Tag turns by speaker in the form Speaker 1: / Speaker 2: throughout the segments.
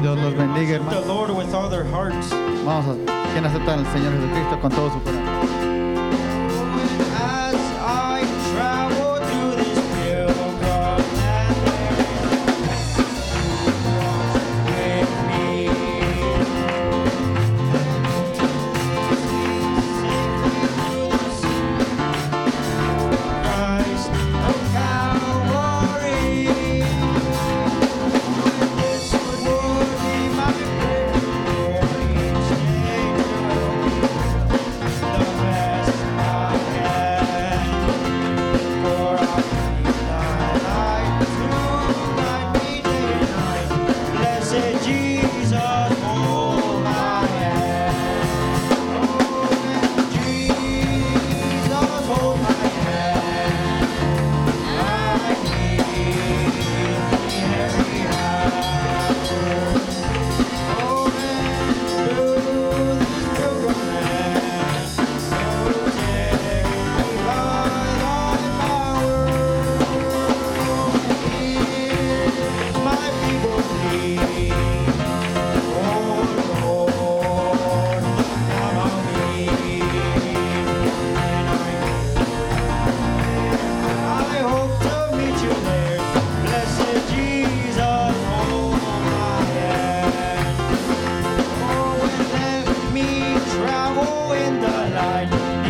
Speaker 1: Dios los bendiga,
Speaker 2: The
Speaker 1: hermano.
Speaker 2: Lord with all their hearts.
Speaker 1: Vamos a quien acepta al Señor Jesucristo con todo su corazón.
Speaker 2: As I travel through this pilgrim land, Christ of Calvary, this would be my prayer each day. The Oh,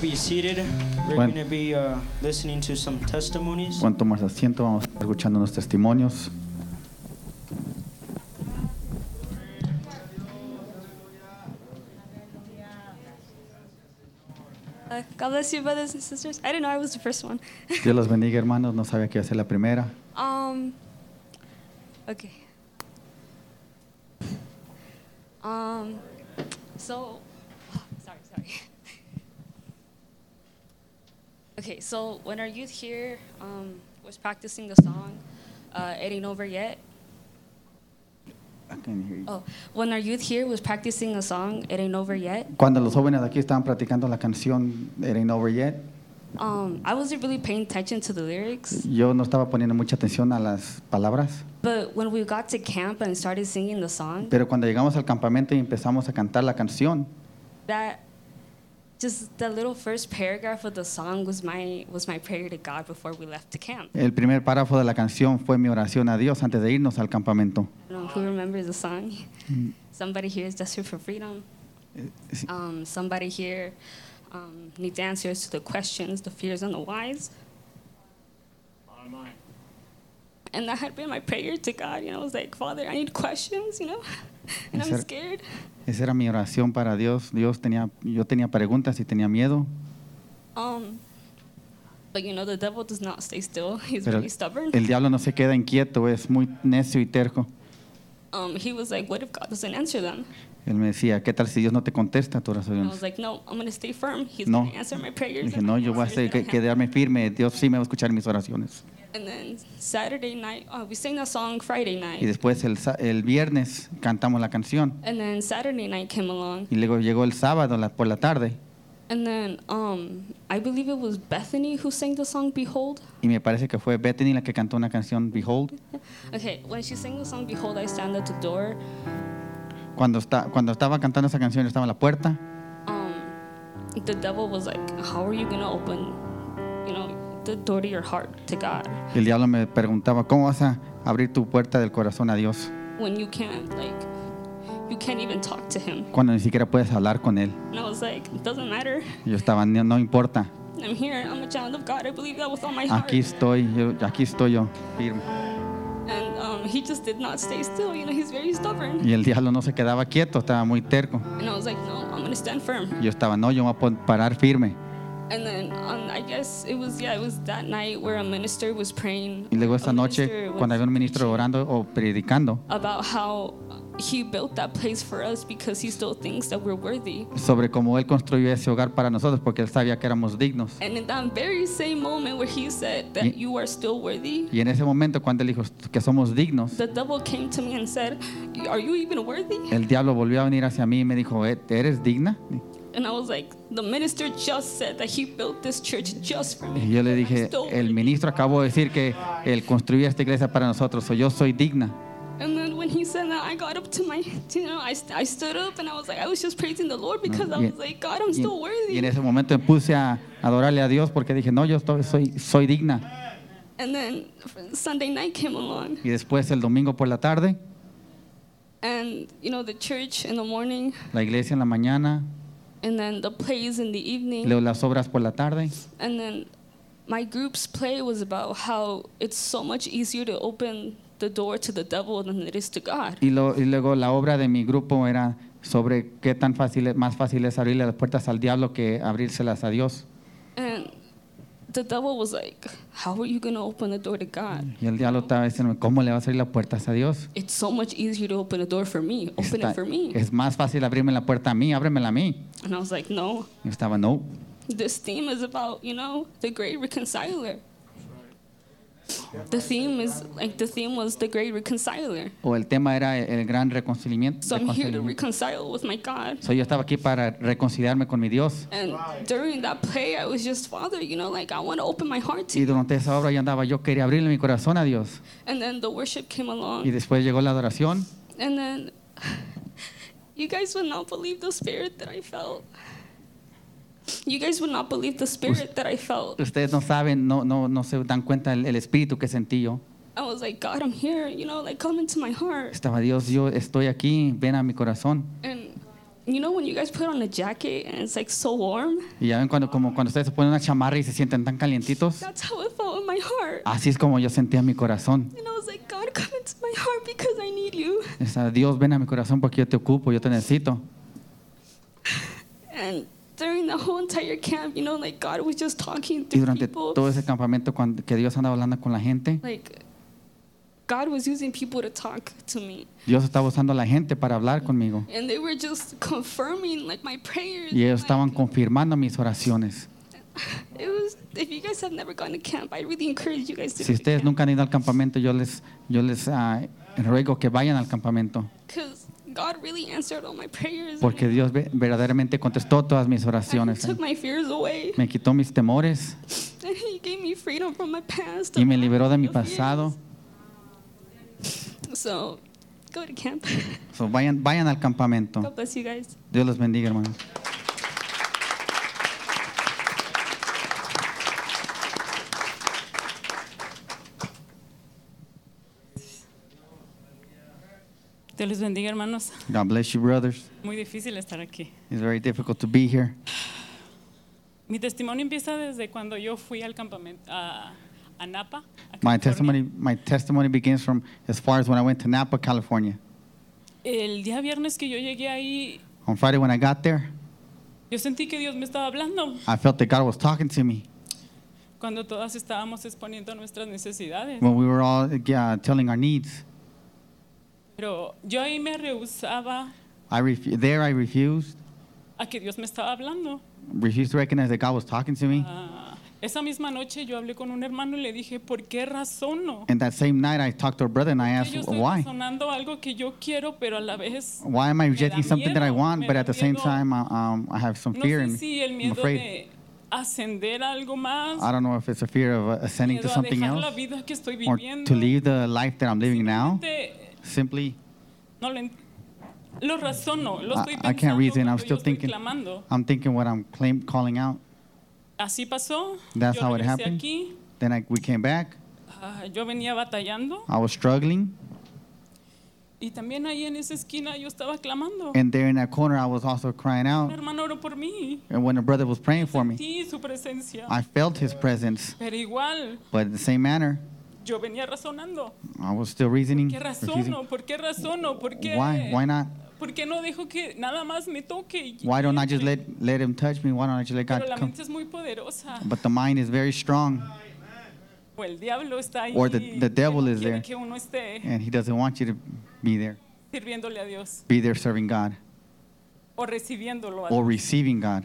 Speaker 2: be seated. We're
Speaker 1: Bueno.
Speaker 2: going to be uh, listening to some testimonies.
Speaker 1: Cuanto más asiento, vamos a estar escuchando unos testimonios.
Speaker 3: Uh, God bless you, brothers and sisters. I didn't know I was the first one.
Speaker 1: Dios los bendiga, hermanos. No sabía que iba a ser la primera.
Speaker 3: um, okay. Um, so, sorry, sorry. Okay, so when our youth here um, was practicing the song, uh, it ain't over yet. Oh, when our youth here was practicing a song, it ain't over yet.
Speaker 1: Cuando los jóvenes aquí estaban practicando la canción It Ain't Over Yet,
Speaker 3: Um, I wasn't really paying attention to the lyrics.
Speaker 1: yo no estaba poniendo mucha atención a las palabras.
Speaker 3: But when we got to camp and started singing the song,
Speaker 1: Pero cuando llegamos al campamento y empezamos a cantar la canción,
Speaker 3: that just the little first paragraph of the song was my was my prayer to God before we left the camp. I
Speaker 1: el primer párrafo de la canción fue mi oración a Dios antes de irnos al campamento.
Speaker 3: don't know who remembers the song.
Speaker 1: Mm.
Speaker 3: Somebody here is desperate for freedom.
Speaker 1: sí.
Speaker 3: Um, somebody here um, needs answers to the questions, the fears, and the whys. And that had been my prayer to God. You know, I was like, Father, I need questions. You know, and
Speaker 1: Yes,
Speaker 3: I'm
Speaker 1: sir.
Speaker 3: scared.
Speaker 1: Esa era mi oración para Dios. Dios tenía, yo tenía preguntas y tenía miedo,
Speaker 3: Um, but you know, the devil does not stay still. He's
Speaker 1: pero
Speaker 3: really stubborn.
Speaker 1: el diablo no se queda inquieto, es muy necio y terco.
Speaker 3: Um, he was like, "What if God doesn't answer them?"
Speaker 1: Él me decía, ¿qué tal si Dios no te contesta tu
Speaker 3: And I
Speaker 1: oración?
Speaker 3: was like, "No, I'm gonna stay firm. He's
Speaker 1: No.
Speaker 3: gonna answer my prayers."
Speaker 1: Dije,
Speaker 3: and
Speaker 1: no,
Speaker 3: my
Speaker 1: yo voy a
Speaker 3: answers
Speaker 1: hacer-
Speaker 3: gonna
Speaker 1: que- quedarme
Speaker 3: happen."
Speaker 1: firme, Dios sí me va a escuchar mis oraciones.
Speaker 3: And then Saturday night, uh, we sang that song Friday
Speaker 1: Y
Speaker 3: night,
Speaker 1: después el, sa- el viernes cantamos la canción.
Speaker 3: and then Saturday night came along,
Speaker 1: Y luego llegó el sábado la- por la tarde.
Speaker 3: and then um, I believe it was Bethany who sang the song "Behold."
Speaker 1: Y me parece que fue Bethany la que cantó una canción, Behold.
Speaker 3: Okay, when she sang the song "Behold," I stand at the door.
Speaker 1: Cuando, está, cuando estaba cantando esa canción, yo estaba en la puerta.
Speaker 3: Um, the devil was like, "How are you gonna open, you know, the door to your heart to God
Speaker 1: Y el diablo me preguntaba, ¿cómo vas a abrir tu puerta del corazón a Dios
Speaker 3: when you can't like, you can't even talk to Him?"
Speaker 1: cuando ni siquiera puedes hablar con Él?
Speaker 3: And I was like, it doesn't matter.
Speaker 1: Y Yo estaba, no, no importa.
Speaker 3: I'm here. I'm a child of God. I believe that with all my heart.
Speaker 1: Aquí estoy, yo- aquí estoy yo, firme.
Speaker 3: And um, he just did not stay still. You know, he's very stubborn.
Speaker 1: Y el diablo no se quedaba quieto, estaba muy terco.
Speaker 3: And I was like, no, I'm going to stand firm.
Speaker 1: Y Yo estaba, no, yo me voy a pon- parar firme.
Speaker 3: And then um, I guess it was, yeah, it was that night where a minister was praying.
Speaker 1: Y luego
Speaker 3: A
Speaker 1: esta noche,
Speaker 3: minister was
Speaker 1: cuando había un ministro
Speaker 3: preaching
Speaker 1: orando o predicando
Speaker 3: About how he built that place for us because he still thinks that we're worthy.
Speaker 1: sobre cómo Él construyó ese hogar para nosotros, porque Él sabía que éramos dignos.
Speaker 3: And in that very same moment where he said that
Speaker 1: Y-
Speaker 3: you are still worthy,
Speaker 1: Y en ese momento, cuando Él dijo que somos dignos,
Speaker 3: the devil came to me and said, Are you even worthy?
Speaker 1: el diablo volvió a venir hacia mí y me dijo, "Eh, ¿eres digna?
Speaker 3: And I was like, the minister just said that he built this church just for me.
Speaker 1: Y yo le
Speaker 3: And I
Speaker 1: dije,
Speaker 3: still-
Speaker 1: el ministro acabó de decir que Él construyó esta iglesia para nosotros, o yo soy digna.
Speaker 3: And then when he said that, I got up to my, you know, I, st- I stood up and I was like, I was just praising the Lord because I
Speaker 1: Y-
Speaker 3: was like, God, I'm
Speaker 1: Y,
Speaker 3: still worthy.
Speaker 1: y en ese momento me puse a adorarle a Dios porque dije, no, yo estoy- soy, soy digna.
Speaker 3: And then Sunday night came along,
Speaker 1: Y después el domingo por la tarde,
Speaker 3: and you know, the church in the morning,
Speaker 1: la iglesia en la mañana,
Speaker 3: and then the plays in the evening,
Speaker 1: luego las obras por la tarde.
Speaker 3: and then my group's play was about how it's so much easier to open the door to the devil than it is to God.
Speaker 1: Y, lo- y luego la obra de mi grupo era sobre qué tan fácil es- más fácil es abrirle las puertas al diablo que abrírselas a Dios.
Speaker 3: And the devil was like, How are you going to open the door to God?
Speaker 1: Y el diablo estaba diciendo, ¿cómo le vas a abrir las puertas a Dios?
Speaker 3: It's so much easier to open a door for me. Open
Speaker 1: Está-
Speaker 3: it for me.
Speaker 1: es más fácil abrirme la puerta a mí, ábremela a mí.
Speaker 3: And I was like, No,
Speaker 1: Y yo estaba, no.
Speaker 3: this theme is about, you know, the great reconciler. The theme is like the theme was the great reconciler.
Speaker 1: O el tema era el, el gran reconciliamiento.
Speaker 3: So I'm here to
Speaker 1: reconciliamiento.
Speaker 3: reconcile with my God.
Speaker 1: So, yo estaba aquí para reconciliarme con mi Dios.
Speaker 3: And during that play, I was just, Father, you know, like I want to open my heart to
Speaker 1: Y
Speaker 3: you.
Speaker 1: durante esa obra yo andaba, yo quería abrirle mi corazón a Dios.
Speaker 3: And then the worship came
Speaker 1: Y
Speaker 3: along.
Speaker 1: después llegó la adoración.
Speaker 3: And then you guys would not believe the spirit that I felt. You guys would not believe the spirit that I felt.
Speaker 1: Ustedes no saben, no, no, no se dan cuenta el, el espíritu que sentí yo.
Speaker 3: I was like, God, I'm here, you know, like come into my heart.
Speaker 1: Estaba Dios, yo estoy aquí, ven a mi corazón.
Speaker 3: And You know when you guys put on a jacket and it's like so warm?
Speaker 1: Y ya ven cuando, como cuando ustedes se ponen una chamarra y se sienten tan calientitos.
Speaker 3: That's how it felt in my heart.
Speaker 1: Así es como yo sentía mi corazón.
Speaker 3: And I was like, God, come into my heart because I need you.
Speaker 1: O sea, "Ah, Dios, ven a mi corazón porque yo te ocupo, yo te necesito.
Speaker 3: And during the whole entire camp, you know, like God was just talking
Speaker 1: Y
Speaker 3: through
Speaker 1: durante
Speaker 3: people.
Speaker 1: todo ese campamento cuando, que Dios andaba hablando con la gente,
Speaker 3: Like God was using people to talk to me.
Speaker 1: Dios estaba usando a la gente para hablar conmigo.
Speaker 3: And they were just confirming like my prayers.
Speaker 1: Y ellos
Speaker 3: like,
Speaker 1: estaban confirmando mis oraciones.
Speaker 3: It was if you guys have never gone to camp, I really encourage you guys to
Speaker 1: Si ustedes nunca han ido al campamento, yo les, yo les ah, ruego que vayan al campamento.
Speaker 3: because God really answered all my prayers.
Speaker 1: Porque Dios ve- verdaderamente contestó todas mis
Speaker 3: and he
Speaker 1: oraciones. ¿eh?
Speaker 3: took my fears away.
Speaker 1: Me quitó mis temores
Speaker 3: And he gave me freedom from my past.
Speaker 1: y me liberó de mi
Speaker 3: of fears.
Speaker 1: pasado.
Speaker 3: So go to camp.
Speaker 1: So, vayan, vayan al campamento.
Speaker 3: God bless you guys.
Speaker 1: Dios los bendiga, hermanos.
Speaker 4: Dios les bendiga, hermanos.
Speaker 1: God bless you, brothers.
Speaker 4: Muy difícil estar aquí.
Speaker 1: It's very difficult to be here.
Speaker 4: Mi testimonio empieza desde cuando yo fui al campamento a, a Napa. a
Speaker 1: My
Speaker 4: California.
Speaker 1: testimony, my testimony begins from as far as when I went to Napa, California.
Speaker 4: El día viernes que yo llegué ahí,
Speaker 1: On Friday, when I got there,
Speaker 4: yo sentí que Dios me estaba hablando
Speaker 1: I felt that God was talking to me
Speaker 4: cuando todas estábamos exponiendo nuestras necesidades.
Speaker 1: when we were all uh, telling our needs.
Speaker 4: Pero yo ahí me rehusaba
Speaker 1: I refu- there, I refused,
Speaker 4: a que Dios me estaba hablando.
Speaker 1: refused to recognize that God was talking to me.
Speaker 4: Ah, esa misma noche yo hablé con un hermano y le dije, ¿por qué razón no?
Speaker 1: And that same night, I talked to a brother and I asked,
Speaker 4: yo estoy
Speaker 1: why?
Speaker 4: razonando algo que yo quiero, pero a la vez
Speaker 1: Why am I
Speaker 4: Me da
Speaker 1: rejecting something that I
Speaker 4: miedo,
Speaker 1: want,
Speaker 4: me
Speaker 1: but
Speaker 4: da
Speaker 1: at the same
Speaker 4: miedo.
Speaker 1: time, uh, um, I have some
Speaker 4: no
Speaker 1: fear in
Speaker 4: sé
Speaker 1: me.
Speaker 4: si el
Speaker 1: I'm
Speaker 4: miedo
Speaker 1: afraid.
Speaker 4: de ascender a algo más,
Speaker 1: I don't know if it's a fear of uh, ascending to
Speaker 4: miedo a
Speaker 1: something
Speaker 4: dejar la
Speaker 1: else
Speaker 4: vida que estoy
Speaker 1: or
Speaker 4: viviendo.
Speaker 1: to leave the life that I'm living now.
Speaker 4: Simplemente
Speaker 1: Simply,
Speaker 4: no lo, en- lo razono, lo
Speaker 1: I- I
Speaker 4: estoy pensando,
Speaker 1: can't reason, I'm
Speaker 4: cuando yo
Speaker 1: still
Speaker 4: estoy
Speaker 1: thinking.
Speaker 4: clamando.
Speaker 1: I'm thinking what I'm claim, calling out.
Speaker 4: Así pasó.
Speaker 1: That's
Speaker 4: yo
Speaker 1: how it
Speaker 4: regresé
Speaker 1: happened.
Speaker 4: aquí.
Speaker 1: Then I, we came back.
Speaker 4: ah, yo venía batallando
Speaker 1: I was struggling.
Speaker 4: y también ahí en esa esquina yo estaba clamando.
Speaker 1: And there in that corner, I was also crying out.
Speaker 4: Un hermano oró por mí.
Speaker 1: And when a brother was praying for me,
Speaker 4: Sí, su presencia.
Speaker 1: I felt his presence.
Speaker 4: Pero igual,
Speaker 1: But in the same manner,
Speaker 4: yo venía razonando.
Speaker 1: I was still reasoning.
Speaker 4: ¿Qué
Speaker 1: Mm, refusing.
Speaker 4: razono? ¿Por qué razono? ¿Por qué?
Speaker 1: Why? Why not?
Speaker 4: ¿Por qué no dejo que nada más me toque? y
Speaker 1: Why don't I just
Speaker 4: entre?
Speaker 1: let, let him touch me? Why don't I just let God
Speaker 4: Pero la
Speaker 1: come?
Speaker 4: mente es muy poderosa.
Speaker 1: But the mind is very strong,
Speaker 4: O el diablo está ahí.
Speaker 1: Or the- the
Speaker 4: que
Speaker 1: devil
Speaker 4: no
Speaker 1: is
Speaker 4: quiere
Speaker 1: there.
Speaker 4: Que uno esté
Speaker 1: and he doesn't want you to be there.
Speaker 4: sirviéndole a Dios
Speaker 1: Be there serving God
Speaker 4: o recibiéndolo. a
Speaker 1: or
Speaker 4: Dios.
Speaker 1: receiving God.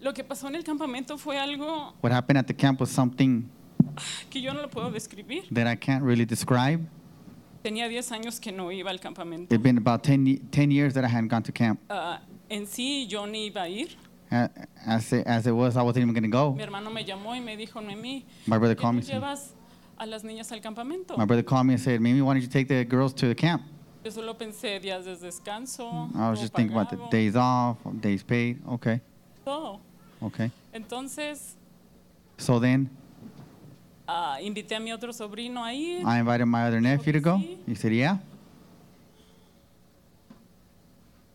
Speaker 4: Lo que pasó en el campamento fue algo
Speaker 1: What happened at the camp was something
Speaker 4: que yo no lo puedo describir.
Speaker 1: that I can't really describe.
Speaker 4: Tenía 10 años que no iba al campamento.
Speaker 1: It had been about 10, ye- 10 years that I hadn't gone to camp.
Speaker 4: Ah, en sí yo ni iba a ir.
Speaker 1: A- As it, as it was, I wasn't even going to go.
Speaker 4: Mi hermano me llamó y me dijo, Noemí,
Speaker 1: My brother
Speaker 4: ¿por qué
Speaker 1: called
Speaker 4: no
Speaker 1: me. said-
Speaker 4: llevas a las niñas al campamento?
Speaker 1: My brother called me and said, Mimi, why don't you take the girls to the camp?
Speaker 4: Yo solo pensé días de descanso.
Speaker 1: I was
Speaker 4: no
Speaker 1: just thinking about the
Speaker 4: pagado,
Speaker 1: days off, days paid. Okay,
Speaker 4: todo.
Speaker 1: okay.
Speaker 4: Entonces
Speaker 1: So then
Speaker 4: ah, invité a mi otro sobrino a ir.
Speaker 1: I invited my other nephew to go. He said, yeah.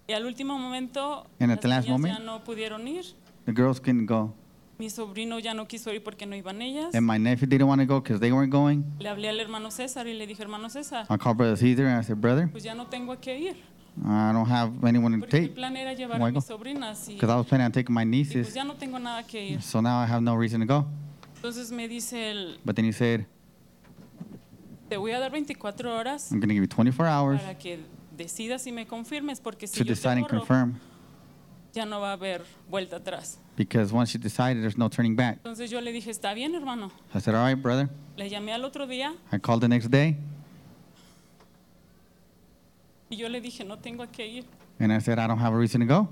Speaker 4: Y al último momento,
Speaker 1: And at
Speaker 4: las
Speaker 1: the last
Speaker 4: niñas ya
Speaker 1: moment-
Speaker 4: no pudieron ir.
Speaker 1: The girls couldn't go.
Speaker 4: Mi sobrino ya no quiso ir porque no iban ellas.
Speaker 1: And my nephew didn't want to go because they weren't going.
Speaker 4: Le hablé al hermano César y le dije, hermano César,
Speaker 1: I called Brother Caesar and I said, Brother,
Speaker 4: pues ya no tengo a qué ir.
Speaker 1: I don't have anyone to
Speaker 4: Porque mi
Speaker 1: take
Speaker 4: plan era llevar a
Speaker 1: Luego.
Speaker 4: mis sobrinas y,
Speaker 1: because I was planning on taking my
Speaker 4: y pues
Speaker 1: nieces.
Speaker 4: ya no tengo nada que ir.
Speaker 1: So now I have no reason to go.
Speaker 4: Entonces me dice él,
Speaker 1: But then he said,
Speaker 4: te voy a dar 24 horas
Speaker 1: I'm going to give you 24 hours
Speaker 4: para que decidas y me confirmes porque si
Speaker 1: to
Speaker 4: yo
Speaker 1: decide
Speaker 4: te
Speaker 1: and
Speaker 4: borro,
Speaker 1: confirm
Speaker 4: ya no va a haber vuelta atrás.
Speaker 1: because once you decide, there's no turning back.
Speaker 4: Entonces yo le dije, está bien, hermano.
Speaker 1: I said, All right, brother.
Speaker 4: Le llamé al otro día
Speaker 1: I called the next day
Speaker 4: y yo le dije, no tengo a qué ir,
Speaker 1: and I said, I don't have a reason to go,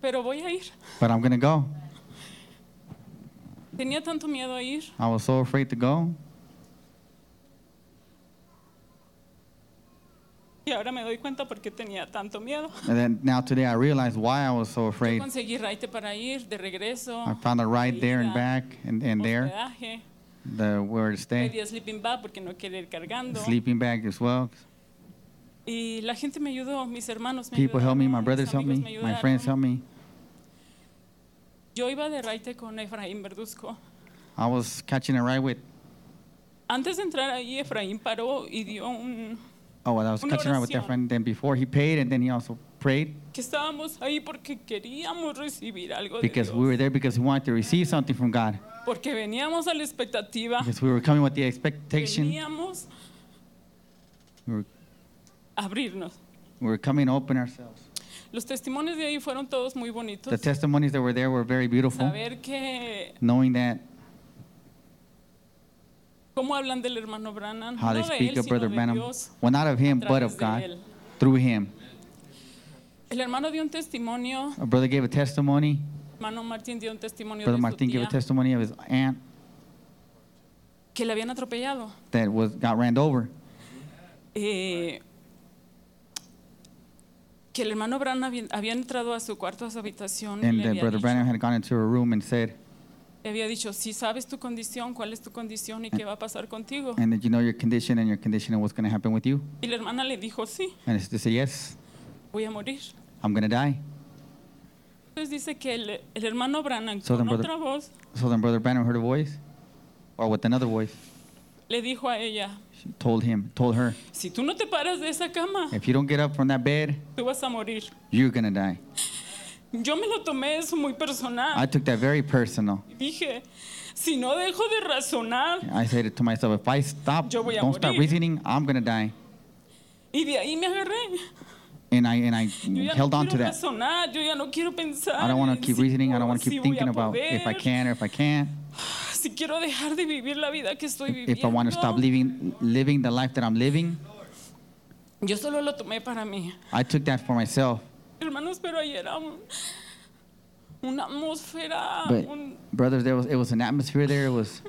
Speaker 4: pero voy a ir.
Speaker 1: but I'm going to go.
Speaker 4: Tenía tanto miedo a ir.
Speaker 1: I was so afraid to go.
Speaker 4: Y ahora me doy cuenta por qué tenía tanto miedo.
Speaker 1: And then now today I realize why I was so
Speaker 4: Yo
Speaker 1: afraid.
Speaker 4: conseguí raite para ir de regreso.
Speaker 1: I found a ride there and
Speaker 4: Ida,
Speaker 1: back and, and there,
Speaker 4: Hospedaje.
Speaker 1: the where to stay,
Speaker 4: Pedí sleeping bag porque no quería ir cargando.
Speaker 1: sleeping bag as well.
Speaker 4: Y la gente me ayudó, mis hermanos me
Speaker 1: People helped
Speaker 4: ayudaron,
Speaker 1: me, my
Speaker 4: mis
Speaker 1: brothers helped
Speaker 4: amigos
Speaker 1: me,
Speaker 4: me
Speaker 1: my
Speaker 4: ayudaron.
Speaker 1: friends helped me.
Speaker 4: Yo iba de raite con Efraín Verduzco.
Speaker 1: I was catching a ride with,
Speaker 4: Antes de entrar ahí, Efraín paró y dio un...
Speaker 1: oh, well, I was
Speaker 4: Una
Speaker 1: catching a ride with that
Speaker 4: oración.
Speaker 1: friend. Then before he paid, and then he also prayed
Speaker 4: que estábamos ahí porque queríamos recibir algo de
Speaker 1: because
Speaker 4: Oh, Dios.
Speaker 1: we were there because we wanted to receive something from God.
Speaker 4: Porque veníamos a la expectativa,
Speaker 1: Because we were coming with the expectation,
Speaker 4: veníamos
Speaker 1: we were,
Speaker 4: a abrirnos.
Speaker 1: we were coming open ourselves.
Speaker 4: Los testimonios de ahí fueron todos muy bonitos.
Speaker 1: The testimonies that were there were very beautiful,
Speaker 4: Saber que
Speaker 1: knowing that
Speaker 4: cómo hablan del hermano Branham,
Speaker 1: how they
Speaker 4: no de él,
Speaker 1: speak of
Speaker 4: sino
Speaker 1: Brother
Speaker 4: de
Speaker 1: Branham.
Speaker 4: Dios.
Speaker 1: Well, not of him,
Speaker 4: a
Speaker 1: but of
Speaker 4: través de
Speaker 1: God,
Speaker 4: él.
Speaker 1: through him.
Speaker 4: El hermano dio un testimonio,
Speaker 1: A brother gave a testimony.
Speaker 4: el hermano Martín dio un testimonio
Speaker 1: Brother
Speaker 4: de su
Speaker 1: Martin gave a
Speaker 4: tía,
Speaker 1: testimony of his aunt
Speaker 4: que le habían atropellado.
Speaker 1: that was got ran over.
Speaker 4: Eh, que el hermano Branham había, había entrado a su cuarto, a su habitación, y
Speaker 1: And
Speaker 4: le
Speaker 1: that
Speaker 4: había,
Speaker 1: Brother
Speaker 4: dicho,
Speaker 1: Branham had gone into her room and said,
Speaker 4: le había dicho, si sabes tu condición, cuál es tu condición y qué va a pasar contigo.
Speaker 1: and that you know your condition and your condition and what's going to happen with you.
Speaker 4: Y la hermana le dijo, sí,
Speaker 1: And they said, yes,
Speaker 4: voy a morir.
Speaker 1: I'm going to die.
Speaker 4: Entonces dice que el, el hermano Branham,
Speaker 1: So then,
Speaker 4: con
Speaker 1: brother-
Speaker 4: otra voz,
Speaker 1: So then Brother Branham heard a voice, or with another voice,
Speaker 4: le dijo a ella,
Speaker 1: she told him, told her,
Speaker 4: si tú no te paras de esa cama,
Speaker 1: if you don't get up from that bed,
Speaker 4: tú vas a morir.
Speaker 1: you're going to die.
Speaker 4: Yo me lo tomé eso muy
Speaker 1: I
Speaker 4: personal.
Speaker 1: took that very personal.
Speaker 4: Y Dije, si no dejo de razonar,
Speaker 1: I said it to myself, if I stop,
Speaker 4: Yo voy a
Speaker 1: don't stop
Speaker 4: morir.
Speaker 1: reasoning, I'm going to die.
Speaker 4: y de ahí me agarré.
Speaker 1: And I, and I
Speaker 4: Yo ya
Speaker 1: held
Speaker 4: no
Speaker 1: on to
Speaker 4: quiero
Speaker 1: that.
Speaker 4: razonar, yo ya no quiero pensar.
Speaker 1: I don't want
Speaker 4: en
Speaker 1: to keep
Speaker 4: si
Speaker 1: reasoning. I don't
Speaker 4: puedo,
Speaker 1: want to
Speaker 4: si
Speaker 1: keep
Speaker 4: voy a
Speaker 1: thinking about if I
Speaker 4: poder,
Speaker 1: can or if I can't,
Speaker 4: Si quiero dejar de vivir la vida que estoy viviendo.
Speaker 1: if I want to stop living, living the life that I'm living.
Speaker 4: Yo solo lo tomé para mí.
Speaker 1: I took that for myself.
Speaker 4: Hermanos, pero ahí era un- una atmósfera
Speaker 1: But
Speaker 4: un-
Speaker 1: brothers, there was it was an atmosphere there. It was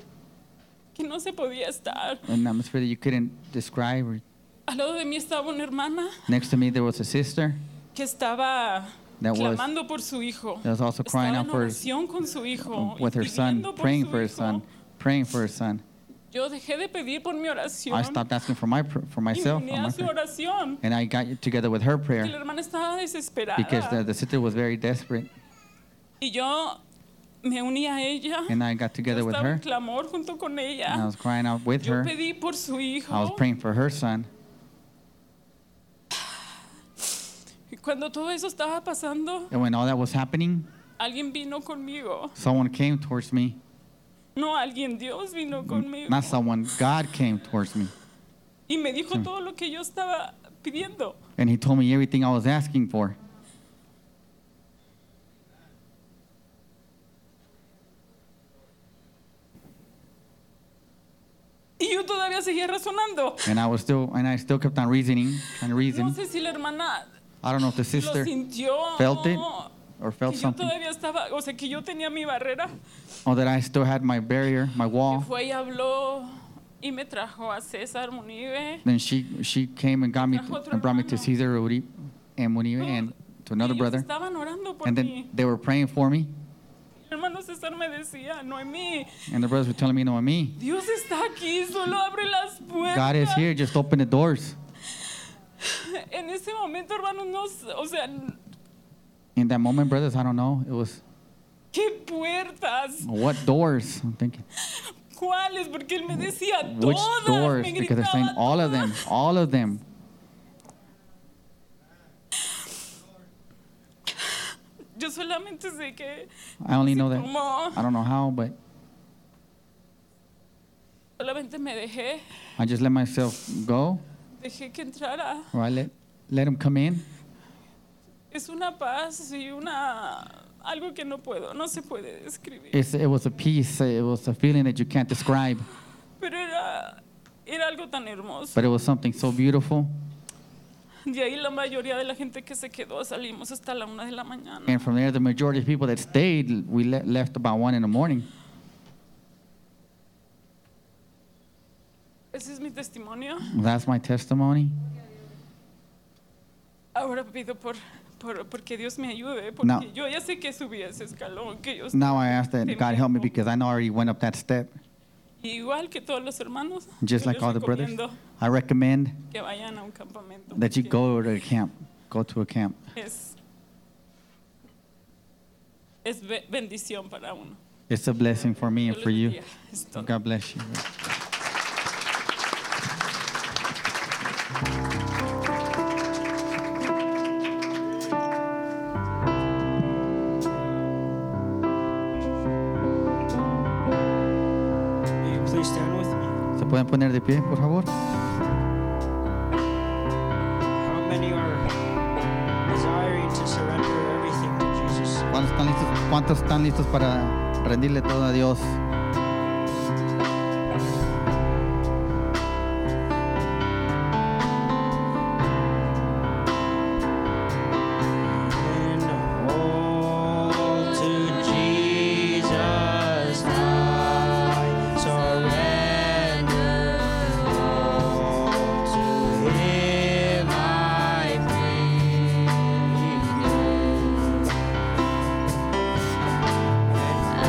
Speaker 4: que no se podía estar.
Speaker 1: an atmosphere that you couldn't describe. Or-
Speaker 4: Al lado de mí estaba una hermana
Speaker 1: Next to me there was a sister
Speaker 4: que estaba
Speaker 1: That was-
Speaker 4: clamando por su hijo.
Speaker 1: that was also crying
Speaker 4: estaba
Speaker 1: out
Speaker 4: en
Speaker 1: for-
Speaker 4: oración con su hijo.
Speaker 1: with her son,
Speaker 4: pidiendo por
Speaker 1: praying
Speaker 4: su
Speaker 1: for her
Speaker 4: hijo.
Speaker 1: son, praying for her son.
Speaker 4: Yo dejé de pedir por mi oración.
Speaker 1: I stopped asking for my pr- for
Speaker 4: y
Speaker 1: myself,
Speaker 4: me
Speaker 1: on
Speaker 4: uní
Speaker 1: my
Speaker 4: a su
Speaker 1: prayer.
Speaker 4: oración.
Speaker 1: and I got together with her
Speaker 4: Que la
Speaker 1: prayer
Speaker 4: hermana estaba desesperada.
Speaker 1: because the, the sister was very desperate,
Speaker 4: y yo me uní a ella.
Speaker 1: and I got together
Speaker 4: yo
Speaker 1: with
Speaker 4: estaba en
Speaker 1: her
Speaker 4: clamor junto
Speaker 1: and
Speaker 4: con
Speaker 1: I
Speaker 4: ella.
Speaker 1: was crying out with
Speaker 4: Yo
Speaker 1: her.
Speaker 4: pedí por su hijo.
Speaker 1: I was praying for her son.
Speaker 4: Y cuando todo eso estaba pasando,
Speaker 1: And when all that was happening,
Speaker 4: alguien vino conmigo.
Speaker 1: someone came towards me.
Speaker 4: No, alguien, Dios vino
Speaker 1: Mm,
Speaker 4: conmigo.
Speaker 1: Not someone, God came towards me.
Speaker 4: Y me dijo todo lo que yo estaba pidiendo.
Speaker 1: And he told me everything I was asking for.
Speaker 4: Y yo todavía seguía razonando.
Speaker 1: And I was still, and I still kept on reasoning and
Speaker 4: No
Speaker 1: reason.
Speaker 4: sé si la hermana
Speaker 1: I don't know if the
Speaker 4: lo
Speaker 1: sister
Speaker 4: sintió.
Speaker 1: felt it or
Speaker 4: que
Speaker 1: felt
Speaker 4: yo
Speaker 1: something,
Speaker 4: todavía estaba, o sea, que yo tenía mi barrera.
Speaker 1: or that I still had my barrier, my
Speaker 4: Que
Speaker 1: wall.
Speaker 4: fue y habló y me trajo a César Munive.
Speaker 1: Then she she came and got me
Speaker 4: Trajo otro
Speaker 1: and brought me to
Speaker 4: hermano.
Speaker 1: Cesar Uri and Munive and to another
Speaker 4: Ellos
Speaker 1: brother.
Speaker 4: Estaban orando por
Speaker 1: And
Speaker 4: mí.
Speaker 1: then they were praying for me,
Speaker 4: Mi hermano César me decía, Noemí,
Speaker 1: and the brothers were telling me, "No, me,
Speaker 4: Dios está aquí, solo abre las puertas.
Speaker 1: God is here. Just open the doors."
Speaker 4: En ese momento, hermanos, no, s- o sea,
Speaker 1: In that moment, brothers, I don't know. It was
Speaker 4: ¿qué puertas?
Speaker 1: what doors? I'm thinking
Speaker 4: ¿Cuáles? Porque él me decía
Speaker 1: which
Speaker 4: todas,
Speaker 1: doors
Speaker 4: me
Speaker 1: because they're
Speaker 4: gritaba
Speaker 1: saying all of them,
Speaker 4: todas.
Speaker 1: all of them.
Speaker 4: Yo solamente sé que
Speaker 1: I only
Speaker 4: Sí,
Speaker 1: know that.
Speaker 4: como-
Speaker 1: I don't know how, but
Speaker 4: solamente me dejé,
Speaker 1: I just let myself go.
Speaker 4: dejé que entrara.
Speaker 1: Or I let let him come in.
Speaker 4: Es una paz y una algo que no puedo, no se puede describir.
Speaker 1: It's, it was a peace. It was a feeling that you can't describe,
Speaker 4: Pero era era algo tan hermoso.
Speaker 1: but it was something so beautiful.
Speaker 4: De ahí la mayoría de la gente que se quedó salimos hasta la una de la mañana.
Speaker 1: And from there, the majority of people that stayed, we le- left about one in the morning.
Speaker 4: Ese es mi testimonio.
Speaker 1: That's my testimony.
Speaker 4: Ahora pido por, por porque Dios me ayude, porque
Speaker 1: No.
Speaker 4: yo ya sé que subí ese escalón, que yo
Speaker 1: Now I ask that God help me because I know I already went up that step.
Speaker 4: Igual que todos los hermanos,
Speaker 1: just
Speaker 4: yo
Speaker 1: like
Speaker 4: les
Speaker 1: all the brothers.
Speaker 4: recomiendo
Speaker 1: I recommend
Speaker 4: que vayan a un campamento.
Speaker 1: that you
Speaker 4: porque
Speaker 1: go to a camp, go to a camp.
Speaker 4: Es, es be- bendición para uno.
Speaker 1: It's a blessing for me and
Speaker 4: Dios
Speaker 1: for
Speaker 4: les
Speaker 1: you.
Speaker 4: bendiga. Es todo.
Speaker 1: God bless you.
Speaker 2: Will you please stand with me?
Speaker 1: Se pueden poner de pie, por favor.
Speaker 2: How many are desiring to surrender everything to Jesus?
Speaker 1: ¿Cuántos están listos, cuántos están listos para rendirle todo a Dios?
Speaker 2: And all to Jesus I surrender. All to Him I freely give. And I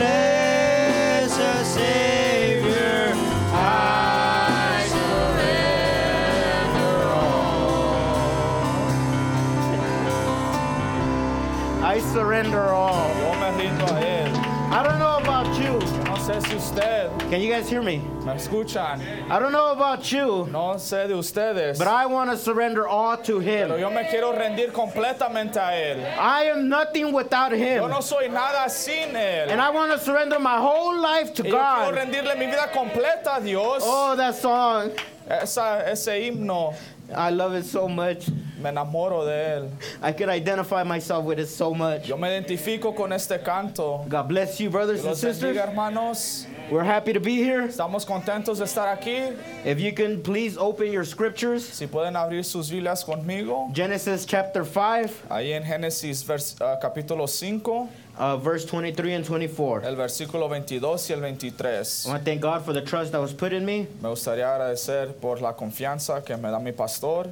Speaker 2: Bless us, Savior. I surrender all. I surrender all.
Speaker 5: Yo me rindo a Él.
Speaker 2: I don't know about you.
Speaker 5: Yo no sé si usted
Speaker 2: Can you guys hear me?
Speaker 5: me escuchan.
Speaker 2: I don't know about you,
Speaker 5: No sé de ustedes.
Speaker 2: but I want to surrender all to
Speaker 5: Pero
Speaker 2: Him.
Speaker 5: yo me quiero rendir completamente a Él.
Speaker 2: I am nothing without
Speaker 5: Yo
Speaker 2: Him.
Speaker 5: no soy nada sin
Speaker 2: And
Speaker 5: Él.
Speaker 2: I want to surrender my whole life to
Speaker 5: Y yo quiero
Speaker 2: God.
Speaker 5: rendirle mi vida completa a Dios.
Speaker 2: Oh, that song.
Speaker 5: Esa- ese himno,
Speaker 2: I love it so much.
Speaker 5: me enamoro de Él.
Speaker 2: I could identify myself with it so much.
Speaker 5: Yo me identifico con este canto.
Speaker 2: God bless you, brothers and
Speaker 5: Los
Speaker 2: sisters.
Speaker 5: bendiga, hermanos.
Speaker 2: We're happy to be here.
Speaker 5: Estamos contentos de estar aquí.
Speaker 2: If you can please open your scriptures
Speaker 5: Si pueden abrir sus Biblias conmigo.
Speaker 2: Genesis chapter 5,
Speaker 5: Ahí en Génesis vers- ah, capítulo 5,
Speaker 2: uh, verse 23 and 24.
Speaker 5: el versículo 22 y el 23.
Speaker 2: I want to thank God for the trust that was put in me.
Speaker 5: Me gustaría agradecer por la confianza que me da mi pastor.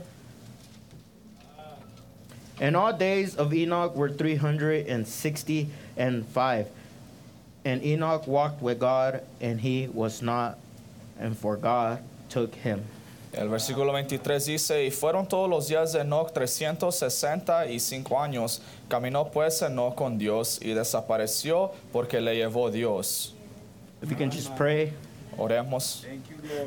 Speaker 2: And all days of Enoch were 360 and 5. And Enoch walked with God, and he was not, and for God took him.
Speaker 5: El versículo 23 dice, y fueron todos los días de Enoch 365 años. Caminó pues Enoch con Dios y desapareció porque le llevó Dios.
Speaker 2: If you can just pray.
Speaker 5: Oremos.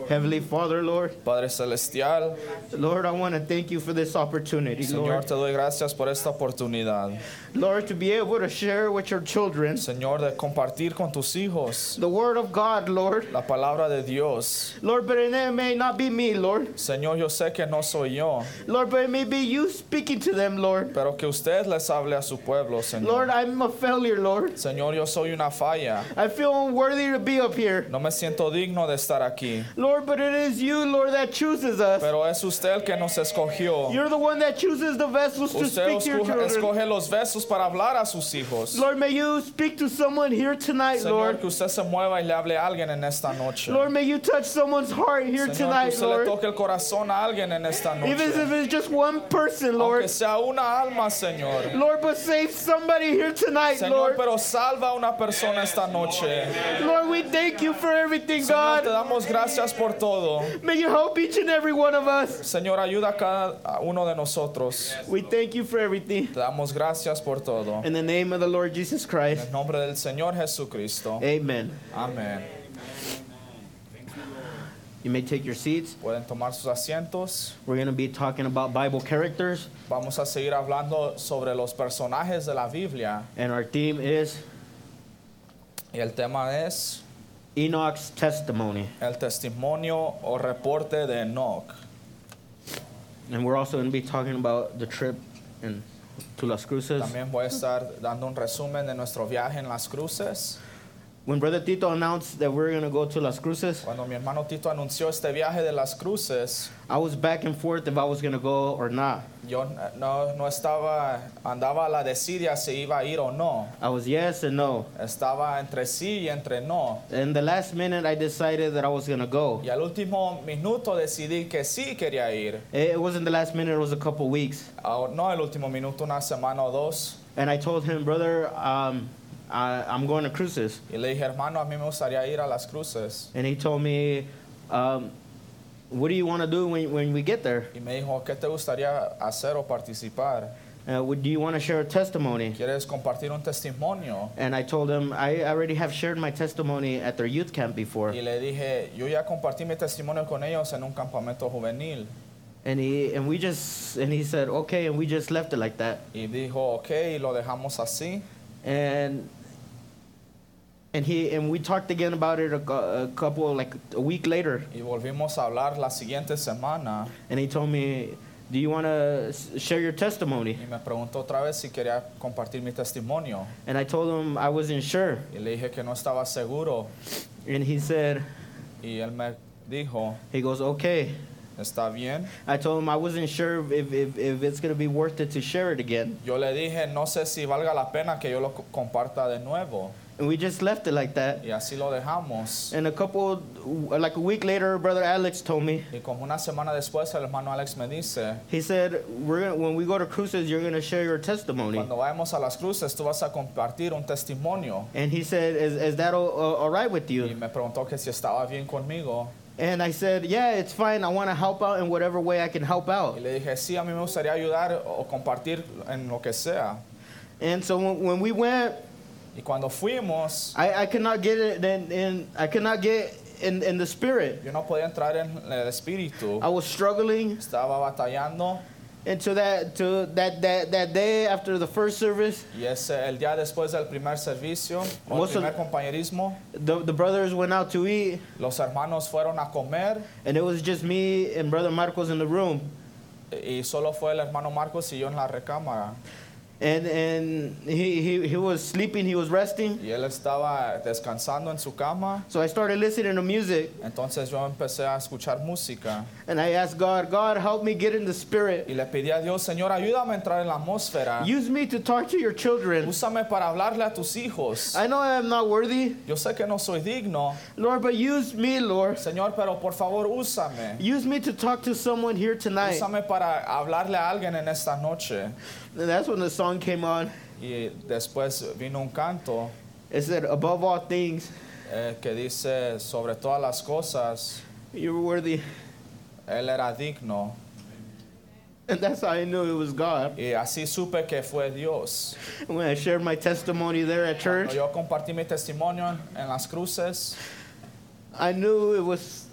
Speaker 2: Heavenly Father, Lord,
Speaker 5: Padre Celestial,
Speaker 2: Lord, I want to thank you for this opportunity,
Speaker 5: Señor,
Speaker 2: Lord.
Speaker 5: te doy gracias por esta oportunidad.
Speaker 2: Lord, to be able to share with your children
Speaker 5: Señor, de compartir con tus hijos
Speaker 2: the word of God, Lord.
Speaker 5: la palabra de Dios.
Speaker 2: Lord, but it may not be me, Lord.
Speaker 5: Señor, yo sé que no soy yo,
Speaker 2: Lord, but it may be you speaking to them, Lord.
Speaker 5: pero que usted les hable a su pueblo,
Speaker 2: Lord,
Speaker 5: Señor.
Speaker 2: I'm a failure, Lord.
Speaker 5: Señor, yo soy una falla.
Speaker 2: I feel unworthy to be up here.
Speaker 5: No me siento digno de estar aquí,
Speaker 2: Lord, but it is you, Lord, that chooses us.
Speaker 5: pero es usted el que nos escogió.
Speaker 2: You're the one that chooses the vessels to
Speaker 5: Usted
Speaker 2: speak to your
Speaker 5: escoge,
Speaker 2: children.
Speaker 5: escoge los versos para hablar a sus hijos.
Speaker 2: Lord, may you speak to someone here tonight,
Speaker 5: Señor,
Speaker 2: Lord.
Speaker 5: que usted se mueva y le hable a alguien en esta noche.
Speaker 2: Lord, may you touch someone's heart here
Speaker 5: Señor, que
Speaker 2: tonight,
Speaker 5: usted le
Speaker 2: Lord.
Speaker 5: toque el corazón a alguien en esta
Speaker 2: Even if
Speaker 5: noche.
Speaker 2: it's just one person, Lord.
Speaker 5: Aunque sea una alma, Señor.
Speaker 2: Lord, but save somebody here tonight,
Speaker 5: Señor,
Speaker 2: Lord.
Speaker 5: pero salva a una persona esta noche.
Speaker 2: Lord, we thank you for everything,
Speaker 5: Señor,
Speaker 2: God.
Speaker 5: te damos gracias por todo.
Speaker 2: May you help each and every one of us.
Speaker 5: Señor, ayuda a cada uno de nosotros.
Speaker 2: We thank you for everything.
Speaker 5: Te damos gracias por todo.
Speaker 2: In the name of the Lord Jesus Christ.
Speaker 5: En nombre del Señor Jesucristo.
Speaker 2: Amen.
Speaker 5: Amén.
Speaker 2: You may take your seats.
Speaker 5: Pueden tomar sus asientos.
Speaker 2: We're going to be talking about Bible characters,
Speaker 5: Vamos a seguir hablando sobre los personajes de la Biblia.
Speaker 2: and our theme is
Speaker 5: Y el tema es
Speaker 2: Enoch's testimony.
Speaker 5: el testimonio o reporte de Enoch.
Speaker 2: And we're also going to be talking about the trip in, to Las Cruces.
Speaker 5: También voy a estar dando un resumen de nuestro viaje en las cruces.
Speaker 2: When Brother Tito announced that we're going to go to Las Cruces,
Speaker 5: Cuando mi hermano Tito anunció este viaje de las cruces,
Speaker 2: I was back and forth if I was going to go or not.
Speaker 5: yo no, no estaba, andaba a la desidia si iba a ir o no.
Speaker 2: I was yes and no.
Speaker 5: Estaba entre sí y entre no.
Speaker 2: In the last minute, I decided that I was going to go.
Speaker 5: Y al último minuto decidí que sí quería ir.
Speaker 2: It it wasn't the last minute, it was a couple weeks.
Speaker 5: Ah, no el último minuto, una semana o dos.
Speaker 2: And I told him, brother, um, I, I'm going to cruises.
Speaker 5: Y le dije, hermano, a mí me gustaría ir a las cruces.
Speaker 2: And he told me, um, what do you want to do when, when we get there?
Speaker 5: Y me dijo, ¿qué te gustaría hacer o participar?
Speaker 2: Uh, what, do you want to share a testimony?
Speaker 5: ¿Quieres compartir un testimonio?
Speaker 2: And I told him, I already have shared my testimony at their youth camp before.
Speaker 5: Y le dije, yo ya compartí mi testimonio con ellos en un campamento juvenil.
Speaker 2: And he, and we just, and he said, okay, and we just left it like that.
Speaker 5: Y dijo, ok, y lo dejamos así.
Speaker 2: And, and he, and we talked again about it a, cou- a couple, like a week later.
Speaker 5: Y volvimos a hablar la siguiente semana.
Speaker 2: And he told me, do you want to share your testimony?
Speaker 5: Y me preguntó otra vez si quería compartir mi testimonio.
Speaker 2: And I told him I wasn't sure.
Speaker 5: Y le dije que no estaba seguro.
Speaker 2: And he said,
Speaker 5: Y él me dijo,
Speaker 2: he goes, okay.
Speaker 5: ¿Está bien?
Speaker 2: I told him I wasn't sure if, if, if it's going to be worth it to share it again.
Speaker 5: Yo le dije, no sé si valga la pena que yo lo co- comparta de nuevo.
Speaker 2: And we just left it like that.
Speaker 5: Y así lo dejamos.
Speaker 2: And a couple, like a week later, Brother Alex told me,
Speaker 5: Y como una semana después, el hermano Alex me dice,
Speaker 2: he said, We're gonna, when we go to cruises, you're going to share your testimony.
Speaker 5: cuando vayamos a las cruces, tú vas a compartir un testimonio.
Speaker 2: And he said, Is, is that all, all all right with
Speaker 5: Y
Speaker 2: you?
Speaker 5: me preguntó que si estaba bien conmigo.
Speaker 2: And I said, Yeah, it's fine. I want to help out in whatever way I can help
Speaker 5: Y
Speaker 2: out.
Speaker 5: le dije, sí, a mí me gustaría ayudar o compartir en lo que sea.
Speaker 2: And so when, when we went,
Speaker 5: Y cuando fuimos,
Speaker 2: I, I could not get it, in, in, I could not get in, in the spirit.
Speaker 5: yo no podía entrar en el espíritu.
Speaker 2: I was struggling
Speaker 5: Estaba batallando.
Speaker 2: And to that, to that, that, that day after the first service,
Speaker 5: Y ese, el día después del primer servicio, o el
Speaker 2: Most of-
Speaker 5: primer compañerismo,
Speaker 2: the, the brothers went out to eat,
Speaker 5: los hermanos fueron a comer
Speaker 2: and it was just me and Brother Marcos in the room.
Speaker 5: y solo fue el hermano Marcos y yo en la recámara.
Speaker 2: And, and he, he, he was sleeping, he was resting.
Speaker 5: Y él estaba descansando en su cama.
Speaker 2: So I started listening to music,
Speaker 5: Entonces yo empecé a escuchar música
Speaker 2: and I asked God, God, help me get in the
Speaker 5: y
Speaker 2: spirit.
Speaker 5: le pedí a Dios, Señor, ayúdame a entrar en la atmósfera.
Speaker 2: Use me to talk to your children.
Speaker 5: Úsame para hablarle a tus hijos.
Speaker 2: I know I am not worthy,
Speaker 5: Yo sé que no soy digno,
Speaker 2: Lord, but use me, Lord.
Speaker 5: Señor, pero por favor úsame.
Speaker 2: Use me to talk to someone here tonight.
Speaker 5: Úsame para hablarle a alguien en esta noche.
Speaker 2: And that's when the song came on.
Speaker 5: Y después vino un canto
Speaker 2: It said, Above all things,
Speaker 5: eh, que dice, sobre todas las cosas,
Speaker 2: you're worthy.
Speaker 5: Él era digno.
Speaker 2: And that's how I knew it was God.
Speaker 5: Y así supe que fue Dios.
Speaker 2: When I shared my testimony there at church,
Speaker 5: Cuando yo compartí mi testimonio en, en las cruces,
Speaker 2: I knew it was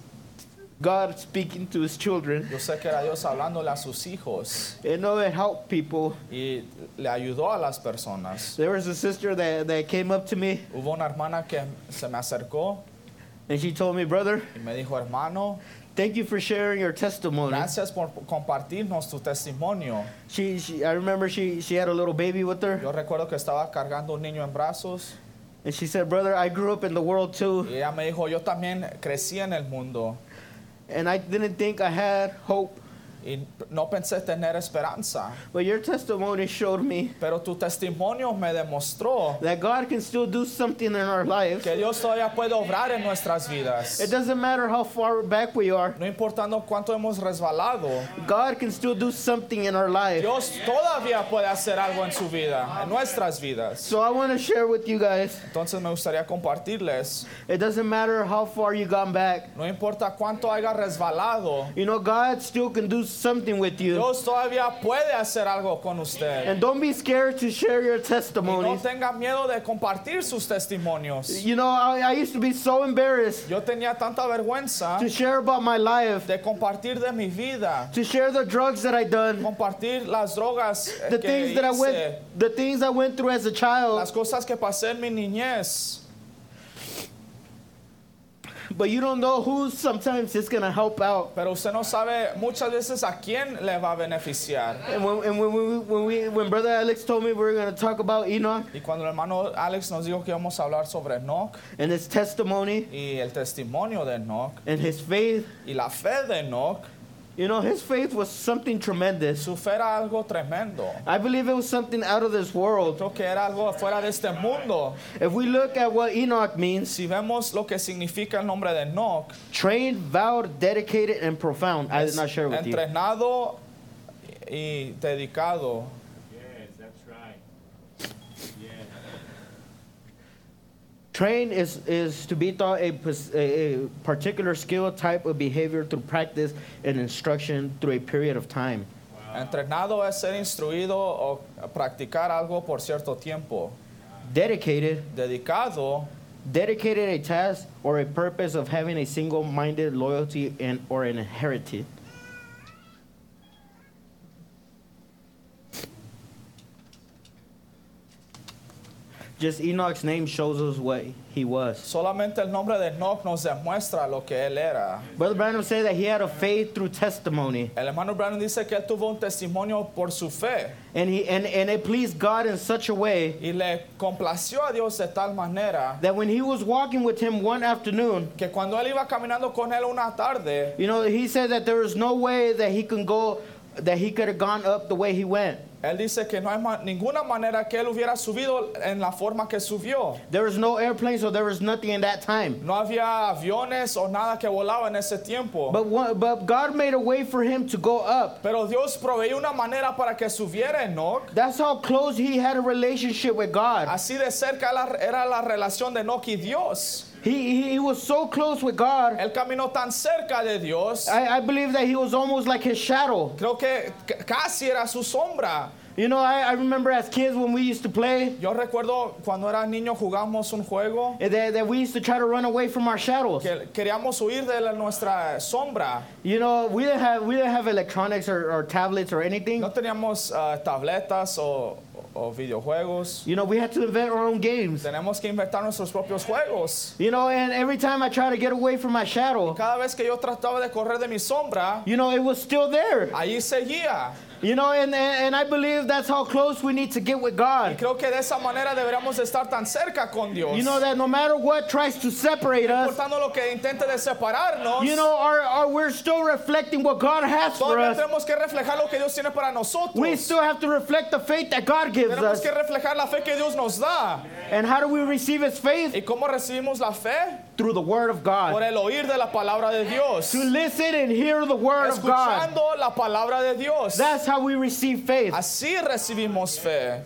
Speaker 2: God speaking to his children.
Speaker 5: yo sé que era Dios hablándole a sus hijos
Speaker 2: I know it helped people.
Speaker 5: y le ayudó a las personas.
Speaker 2: There was a sister that, that came up to me
Speaker 5: Hubo una hermana que se me acercó
Speaker 2: and she told me, Brother,
Speaker 5: y me dijo, hermano,
Speaker 2: thank you for sharing your testimony.
Speaker 5: gracias por compartirnos tu testimonio.
Speaker 2: She, she I remember she, she had a little baby with her
Speaker 5: Yo recuerdo que estaba cargando un niño en brazos
Speaker 2: and she said, Brother, I grew up in the world too.
Speaker 5: y ella me dijo, yo también crecí en el mundo
Speaker 2: And I didn't think I had hope.
Speaker 5: y no pensé tener esperanza,
Speaker 2: But your testimony showed me
Speaker 5: pero tu testimonio me demostró
Speaker 2: that God can still do something in our lives.
Speaker 5: que Dios todavía puede obrar en nuestras vidas.
Speaker 2: It doesn't matter how far back we are.
Speaker 5: No importando cuánto hemos resbalado,
Speaker 2: God can still do something in our life.
Speaker 5: Dios todavía puede hacer algo en su vida, en nuestras vidas.
Speaker 2: So I want to share with you guys.
Speaker 5: Entonces me gustaría compartirles,
Speaker 2: It doesn't matter how far you gone back.
Speaker 5: no importa cuánto haya resbalado,
Speaker 2: You know, God still can do something with you.
Speaker 5: Dios todavía puede hacer algo con usted.
Speaker 2: And don't be scared to share your
Speaker 5: Y no
Speaker 2: testimonies.
Speaker 5: tenga miedo de compartir sus testimonios.
Speaker 2: You know, I, I used to be so embarrassed
Speaker 5: Yo tenía tanta vergüenza
Speaker 2: to share about my life,
Speaker 5: de compartir de mi vida,
Speaker 2: to share the drugs that I done,
Speaker 5: compartir las drogas eh,
Speaker 2: the
Speaker 5: que
Speaker 2: things that I
Speaker 5: hice,
Speaker 2: went, the things I went through as a
Speaker 5: las
Speaker 2: child.
Speaker 5: cosas que pasé en mi niñez.
Speaker 2: But you don't know who sometimes it's gonna help out.
Speaker 5: Pero usted no sabe muchas veces a quién le va a beneficiar.
Speaker 2: And when, and when, we, when we, when Brother Alex told me we were gonna talk about Enoch
Speaker 5: Y cuando el hermano Alex nos dijo que íbamos a hablar sobre Enoch
Speaker 2: and his testimony
Speaker 5: y el testimonio de Enoch
Speaker 2: and his faith,
Speaker 5: y la fe de Enoch,
Speaker 2: You know, his faith was something tremendous.
Speaker 5: su fe era algo tremendo.
Speaker 2: I believe it was something out of this world.
Speaker 5: Creo que era algo fuera de este mundo.
Speaker 2: If we look at what Enoch means,
Speaker 5: Si vemos lo que significa el nombre de Enoch,
Speaker 2: trained, vowed, dedicated, and profound. I did not share with you.
Speaker 5: entrenado y dedicado.
Speaker 6: Yes, that's right.
Speaker 2: Trained is, is to be taught a, pos- a, a particular skill, type of behavior through practice and instruction through a period of time.
Speaker 5: Entrenado es ser instruido o practicar algo por cierto tiempo.
Speaker 2: Dedicated,
Speaker 5: Dedicado
Speaker 2: dedicated a task or a purpose of having a single-minded loyalty and or an inherited. Just Enoch's name shows us what he was.
Speaker 5: Solamente el nombre de Enoch nos demuestra lo que él era.
Speaker 2: Brother Branham said that he had a faith through testimony,
Speaker 5: El hermano Brandon dice que él tuvo un testimonio por su fe
Speaker 2: and he and, and it pleased God in such a way
Speaker 5: y le complació a Dios de tal manera
Speaker 2: that when he was walking with him one afternoon,
Speaker 5: que cuando él iba caminando con él una tarde,
Speaker 2: you know, he said that there was no way that he can go that he could have gone up the way he went.
Speaker 5: él dice que no hay ma- ninguna manera que él hubiera subido en la forma que subió.
Speaker 2: There was no airplane, so there was nothing in that time.
Speaker 5: No había aviones o nada que volaba en ese tiempo.
Speaker 2: But one, but God made a way for him to go up.
Speaker 5: Pero Dios proveía una manera para que subiera Enoch.
Speaker 2: That's how close he had a relationship with God.
Speaker 5: Así de cerca la- era la relación de Enoch y Dios.
Speaker 2: He, he, he was so close with God.
Speaker 5: Él caminó tan cerca de Dios.
Speaker 2: I, I believe that he was almost like his shadow.
Speaker 5: Creo que c- casi era su sombra.
Speaker 2: You know, I, I remember as kids when we used to play,
Speaker 5: Yo recuerdo cuando era niño jugamos un juego
Speaker 2: eh, that, that we used to try to run away from our shadows.
Speaker 5: que queríamos huir de la- nuestra sombra.
Speaker 2: You know, we didn't have we didn't have electronics or, or tablets or anything.
Speaker 5: No teníamos ah, tabletas o, o videojuegos.
Speaker 2: You know, we had to invent our own games.
Speaker 5: Tenemos que inventar nuestros propios juegos.
Speaker 2: You know, and every time I tried to get away from my shadow,
Speaker 5: Cada vez que yo trataba de correr de mi sombra,
Speaker 2: you know, it was still there.
Speaker 5: ahí seguía.
Speaker 2: You know, and, and, and I believe that's how close we need to get with
Speaker 5: Y
Speaker 2: God.
Speaker 5: creo que de esa manera deberíamos estar tan cerca con Dios.
Speaker 2: You know that no matter what tries to separate
Speaker 5: No
Speaker 2: us,
Speaker 5: importando lo que intente de separarnos,
Speaker 2: you know, our, our, we're still reflecting what God has for
Speaker 5: todavía
Speaker 2: us.
Speaker 5: tenemos que reflejar lo que Dios tiene para nosotros.
Speaker 2: We still have to reflect the faith that God gives
Speaker 5: tenemos
Speaker 2: us.
Speaker 5: que reflejar la fe que Dios nos da.
Speaker 2: And how do we receive His faith?
Speaker 5: ¿Y cómo recibimos la fe?
Speaker 2: Through the Word of
Speaker 5: Por
Speaker 2: God.
Speaker 5: el oír de la palabra de Dios.
Speaker 2: To listen and hear the Word of God.
Speaker 5: Escuchando la palabra de Dios.
Speaker 2: That's how we receive faith.
Speaker 5: Así recibimos fe.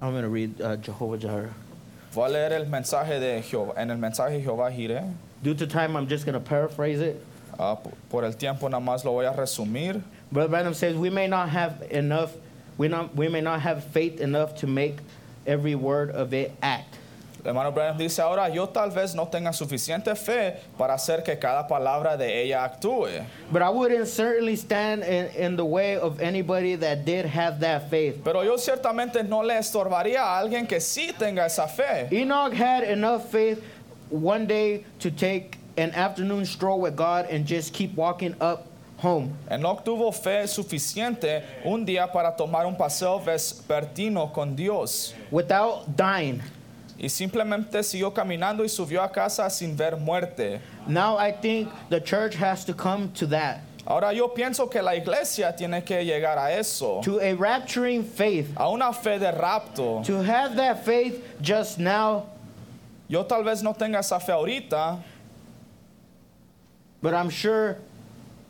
Speaker 2: I'm going to read uh, Jehovah Jireh.
Speaker 5: Voy a leer el mensaje de Jehová. En el mensaje de Jehová giré.
Speaker 2: Due to time, I'm just going to paraphrase it.
Speaker 5: Ah, p- por el tiempo nada más lo voy a resumir.
Speaker 2: Brother Branham says, We may not have enough, we, not, we may not have faith enough to make every word of it act.
Speaker 5: El hermano Branham dice ahora, yo tal vez no tenga suficiente fe para hacer que cada palabra de ella actúe,
Speaker 2: But I wouldn't certainly stand in, in the way of anybody that did have that faith.
Speaker 5: pero yo ciertamente no le estorbaría a alguien que sí tenga esa fe.
Speaker 2: Enoch had enough faith one day to take an afternoon stroll with God and just keep walking up home.
Speaker 5: Enoch tuvo fe suficiente un día para tomar un paseo vespertino con Dios
Speaker 2: without dying.
Speaker 5: y simplemente siguió caminando y subió a casa sin ver muerte.
Speaker 2: Now I think the church has to come to that,
Speaker 5: Ahora yo pienso que la iglesia tiene que llegar a eso,
Speaker 2: to a rapturing faith.
Speaker 5: a una fe de rapto.
Speaker 2: To have that faith just now,
Speaker 5: Yo tal vez no tenga esa fe ahorita,
Speaker 2: but I'm sure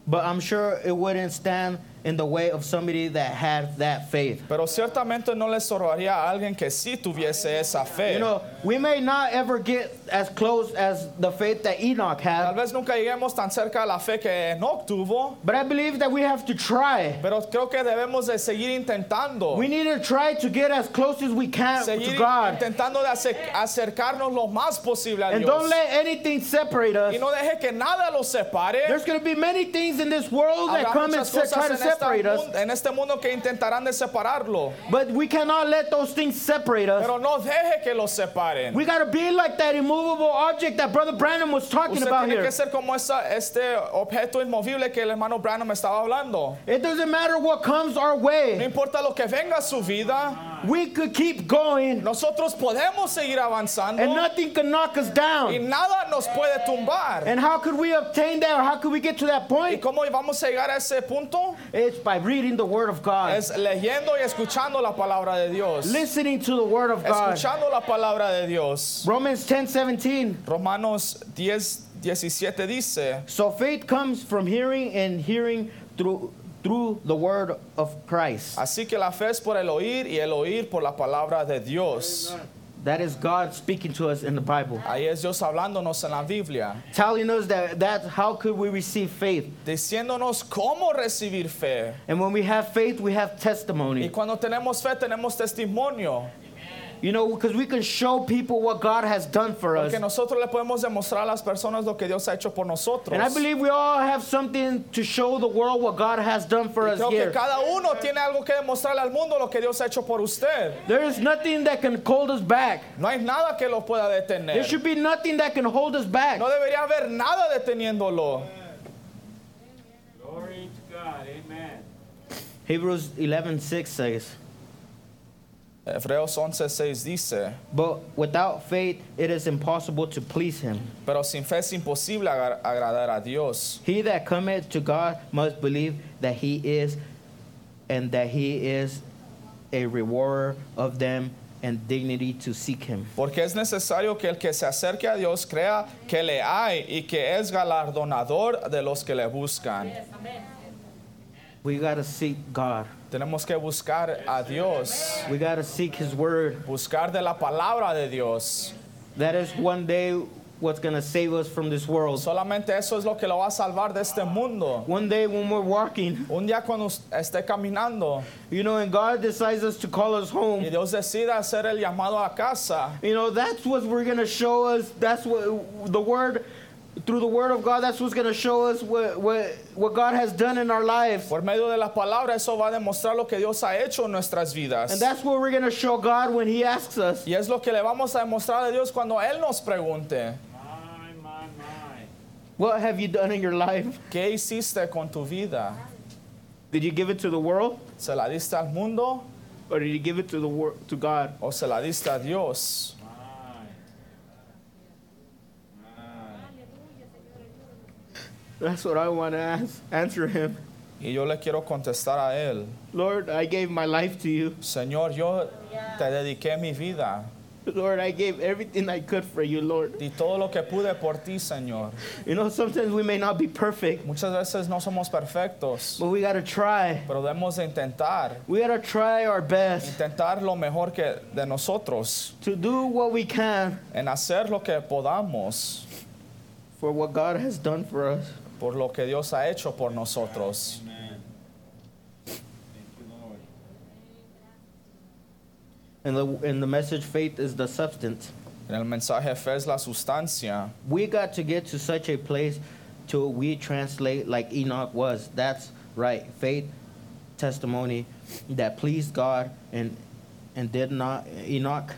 Speaker 2: but I'm sure it wouldn't stand in the way of somebody that had that faith.
Speaker 5: Pero ciertamente no le estorbaría a alguien que sí tuviese esa fe.
Speaker 2: You know, we may not ever get as close as the faith that Enoch
Speaker 5: Tal
Speaker 2: had,
Speaker 5: vez nunca lleguemos tan cerca a la fe que Enoch tuvo,
Speaker 2: but I believe that we have to try.
Speaker 5: pero creo que debemos de seguir intentando.
Speaker 2: We need to try to get as close as we can to
Speaker 5: Seguir
Speaker 2: God.
Speaker 5: intentando de ace- acercarnos lo más posible a
Speaker 2: And
Speaker 5: Dios.
Speaker 2: don't let anything separate us.
Speaker 5: y no deje que nada los separe.
Speaker 2: There's going to be many things in this world that
Speaker 5: Habrá
Speaker 2: come and
Speaker 5: muchas
Speaker 2: se- try
Speaker 5: cosas
Speaker 2: to
Speaker 5: en, esta
Speaker 2: separate us,
Speaker 5: mun- en este mundo que intentarán de separarlo,
Speaker 2: but we cannot let those things separate us.
Speaker 5: pero no deje que los separen.
Speaker 2: We got to be like that immovable object that Brother Brandon was talking
Speaker 5: Usted
Speaker 2: about
Speaker 5: tiene
Speaker 2: here.
Speaker 5: que ser como esa- este objeto inmovible que el hermano Branham estaba hablando.
Speaker 2: It doesn't matter what comes our
Speaker 5: No
Speaker 2: way,
Speaker 5: importa lo que venga a su vida,
Speaker 2: we could keep going,
Speaker 5: nosotros podemos seguir avanzando
Speaker 2: and nothing can knock us
Speaker 5: y
Speaker 2: down.
Speaker 5: nada nos puede tumbar.
Speaker 2: And how could we obtain that, or how could we get to that
Speaker 5: ¿Y
Speaker 2: point?
Speaker 5: cómo vamos a llegar a ese punto?
Speaker 2: It's by reading the Word of God,
Speaker 5: Es leyendo y escuchando la palabra de Dios.
Speaker 2: listening to the Word of God.
Speaker 5: Escuchando la palabra de Dios.
Speaker 2: Romans 10 17.
Speaker 5: Romanos 10, 17 dice,
Speaker 2: So faith comes from hearing, and hearing through through the Word of Christ.
Speaker 5: así que la fe es por el oír y el oír por la palabra de Dios.
Speaker 2: That is God speaking to us in the Bible,
Speaker 5: Ahí es Dios hablándonos en la Biblia,
Speaker 2: telling us that that how could we receive faith?
Speaker 5: diciéndonos cómo recibir fe.
Speaker 2: And when we have faith, we have
Speaker 5: Y
Speaker 2: testimony.
Speaker 5: cuando tenemos fe tenemos testimonio.
Speaker 2: You know, because we can show people what God has done for us.
Speaker 5: Porque nosotros le podemos demostrar a las personas lo que Dios ha hecho por nosotros.
Speaker 2: And I believe we all have something to show the world what God has done for us
Speaker 5: Creo que
Speaker 2: here.
Speaker 5: cada uno tiene algo que demostrarle al mundo lo que Dios ha hecho por usted.
Speaker 2: There is nothing that can hold us back.
Speaker 5: No hay nada que lo pueda
Speaker 2: There
Speaker 5: detener.
Speaker 2: should be nothing that can hold us back.
Speaker 5: No debería haber nada deteniéndolo.
Speaker 6: Glory to God. Amen.
Speaker 2: Hebrews 11:6 says,
Speaker 5: Hebreos 11:6 dice,
Speaker 2: "But without faith it is impossible to please him.
Speaker 5: pero sin fe es imposible agra- agradar a Dios.
Speaker 2: He that cometh to God must believe that he is and that he is a rewarder of them and dignity to seek him."
Speaker 5: Porque es necesario que el que se acerque a Dios crea que le hay y que es galardonador de los que le buscan.
Speaker 2: We got to seek God.
Speaker 5: Tenemos que buscar a Dios,
Speaker 2: We got to seek his word.
Speaker 5: buscar de la palabra de Dios.
Speaker 2: That is one day what's going to save us from this world.
Speaker 5: Solamente eso es lo que lo va a salvar de este mundo.
Speaker 2: One day when we're walking,
Speaker 5: Un día cuando us- esté caminando
Speaker 2: you know, and God decides us to call us
Speaker 5: y
Speaker 2: home,
Speaker 5: Dios decida hacer el llamado a casa,
Speaker 2: you know, that's what we're going to show us. That's what the word, through the word of God, that's what's going to show us what, what, what God has done in our lives.
Speaker 5: por medio de la palabra eso va a demostrar lo que Dios ha hecho en nuestras vidas.
Speaker 2: And that's what we're going to show God when he asks us.
Speaker 5: Y es lo que le vamos a demostrar a Dios cuando Él nos pregunte,
Speaker 6: My, my, my.
Speaker 2: What have you done in your life?
Speaker 5: ¿qué hiciste con tu vida?
Speaker 2: Did you give it to the world
Speaker 5: ¿Se la diste al mundo
Speaker 2: or did you give it to the wor- to God?
Speaker 5: o se la diste a Dios?
Speaker 2: That's what I want to ask. Answer him.
Speaker 5: Y yo le quiero contestar a Él,
Speaker 2: Lord, I gave my life to you.
Speaker 5: Señor, yo te dediqué mi vida.
Speaker 2: Lord, I gave everything I could for you, Lord.
Speaker 5: Di todo lo que pude por ti, Señor.
Speaker 2: You know, sometimes we may not be perfect,
Speaker 5: Muchas veces no somos perfectos,
Speaker 2: but we gotta try.
Speaker 5: pero debemos de intentar,
Speaker 2: We gotta try our best
Speaker 5: intentar lo mejor que de nosotros,
Speaker 2: to do what we can
Speaker 5: en hacer lo que podamos
Speaker 2: for what God has done for us.
Speaker 5: por lo que Dios ha hecho por nosotros.
Speaker 2: And the, and the message faith is the substance.
Speaker 5: En el mensaje fe es la sustancia.
Speaker 2: We got to get to such a place to we translate like Enoch was. That's right. Faith testimony that pleased God and and did not Enoch.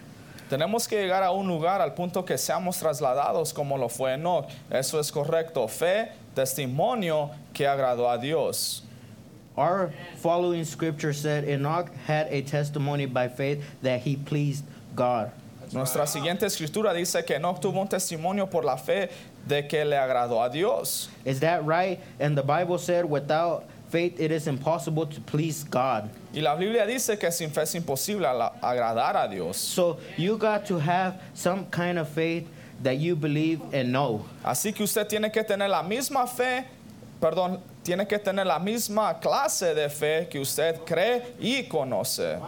Speaker 5: Tenemos que llegar a un lugar al punto que seamos trasladados como lo fue Enoch. Eso es correcto. Fe, testimonio que agradó a Dios.
Speaker 2: Our following scripture said Enoch had a testimony by faith that he pleased God.
Speaker 5: Nuestra siguiente escritura dice que Enoch tuvo un testimonio por la fe de que le agradó a Dios.
Speaker 2: Is that right? And the Bible said without faith it is impossible to please God.
Speaker 5: Y la Biblia dice que sin fe es imposible ala- agradar a Dios.
Speaker 2: So you got to have some kind of faith that you believe and know.
Speaker 5: Así que usted tiene que tener la misma fe, perdón, tiene que tener la misma clase de fe que usted cree y conoce.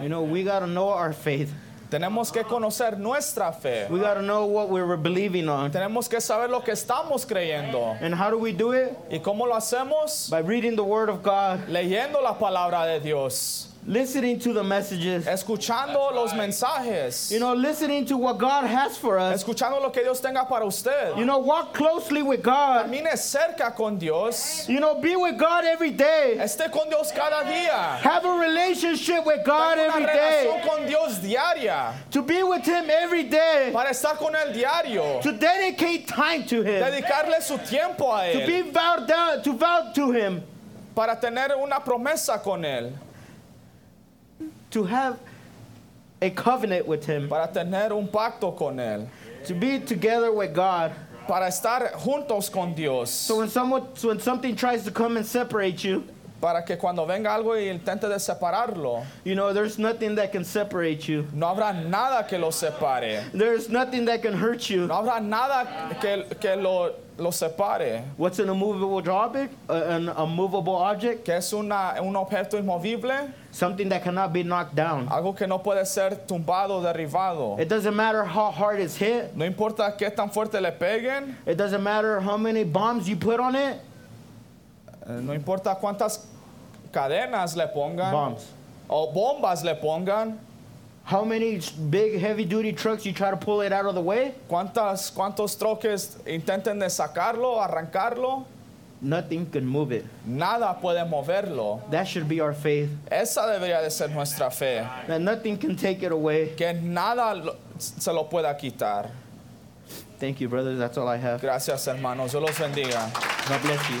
Speaker 2: You know, we got to know our faith.
Speaker 5: Tenemos que conocer nuestra fe.
Speaker 2: We got to know what we were believing on.
Speaker 5: Tenemos que saber lo que estamos creyendo.
Speaker 2: And how do we do it?
Speaker 5: ¿Y cómo lo hacemos?
Speaker 2: By reading the Word of God,
Speaker 5: Leyendo la palabra de Dios,
Speaker 2: listening to the messages,
Speaker 5: escuchando los mensajes,
Speaker 2: you know, listening to what God has for us.
Speaker 5: escuchando lo que Dios tenga para usted.
Speaker 2: You know, walk closely with God.
Speaker 5: Camine cerca con Dios.
Speaker 2: You know, be with God every day.
Speaker 5: Esté con Dios cada día.
Speaker 2: Have a relationship with God
Speaker 5: Tenga
Speaker 2: every
Speaker 5: una relación
Speaker 2: day.
Speaker 5: con Dios diaria.
Speaker 2: To be with Him every day.
Speaker 5: Para estar con Él diario.
Speaker 2: To dedicate time to Him.
Speaker 5: Dedicarle su tiempo a
Speaker 2: To
Speaker 5: Él.
Speaker 2: be vowed down, to vow to Him.
Speaker 5: Para tener una promesa con Él.
Speaker 2: To have a covenant with Him.
Speaker 5: Para tener un pacto con Él.
Speaker 2: To be together with God.
Speaker 5: Para estar juntos con Dios.
Speaker 2: So when someone, so when something tries to come and separate you,
Speaker 5: Para que cuando venga algo y intente de separarlo,
Speaker 2: You know, there's nothing that can separate you.
Speaker 5: no habrá nada que lo separe.
Speaker 2: There's nothing that can hurt you.
Speaker 5: No habrá nada que, que lo, lo separe.
Speaker 2: What's an immovable drawback? Uh, an immovable object?
Speaker 5: Que es una, un objeto inmovible.
Speaker 2: Something that cannot be knocked down.
Speaker 5: Algo que no puede ser tumbado, derribado.
Speaker 2: It doesn't matter how hard it's hit.
Speaker 5: No importa qué tan fuerte le peguen,
Speaker 2: It doesn't matter how many bombs you put on it.
Speaker 5: eh, no importa cuántas cadenas le pongan
Speaker 2: Bombs.
Speaker 5: o bombas le pongan,
Speaker 2: How many big heavy duty trucks you try to pull it out of the way?
Speaker 5: ¿Cuántas, ¿Cuántos troques intenten de sacarlo, arrancarlo?
Speaker 2: Nothing can move it.
Speaker 5: Nada puede moverlo.
Speaker 2: That should be our faith.
Speaker 5: Esa debería de ser nuestra fe.
Speaker 2: That nothing can take it away.
Speaker 5: Que nada lo- se lo pueda quitar.
Speaker 2: Thank you, brothers. That's all I have.
Speaker 5: Gracias hermanos. Dios los bendiga.
Speaker 2: God bless you.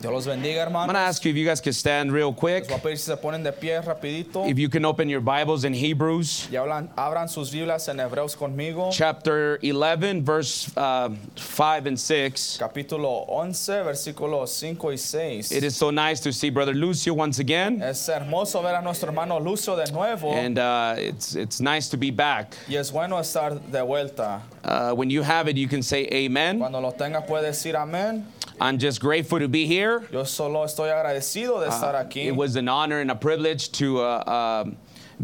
Speaker 5: Dios los bendiga
Speaker 7: I'm going to
Speaker 5: hermanos.
Speaker 7: ask you if you guys could stand real quick.
Speaker 5: Les voy a pedir si se ponen de pie rapidito.
Speaker 7: If you can open your Bibles in Hebrews
Speaker 5: Y hablan- abran sus Biblias en Hebreos conmigo.
Speaker 7: chapter 11, verse uh, 5 and 6.
Speaker 5: Capítulo 11, versículos 5 y 6.
Speaker 7: It is so nice to see Brother Lucio once again.
Speaker 5: Es hermoso ver a nuestro hermano Lucio de nuevo.
Speaker 7: And uh, it's, it's nice to be back.
Speaker 5: y es bueno estar de vuelta.
Speaker 7: Uh, when you have it, you can say amen.
Speaker 5: Cuando lo tengas puede decir amén.
Speaker 7: I'm just grateful to be here.
Speaker 5: Yo solo estoy agradecido de estar aquí.
Speaker 7: Ah, It was an honor and a privilege to uh, uh,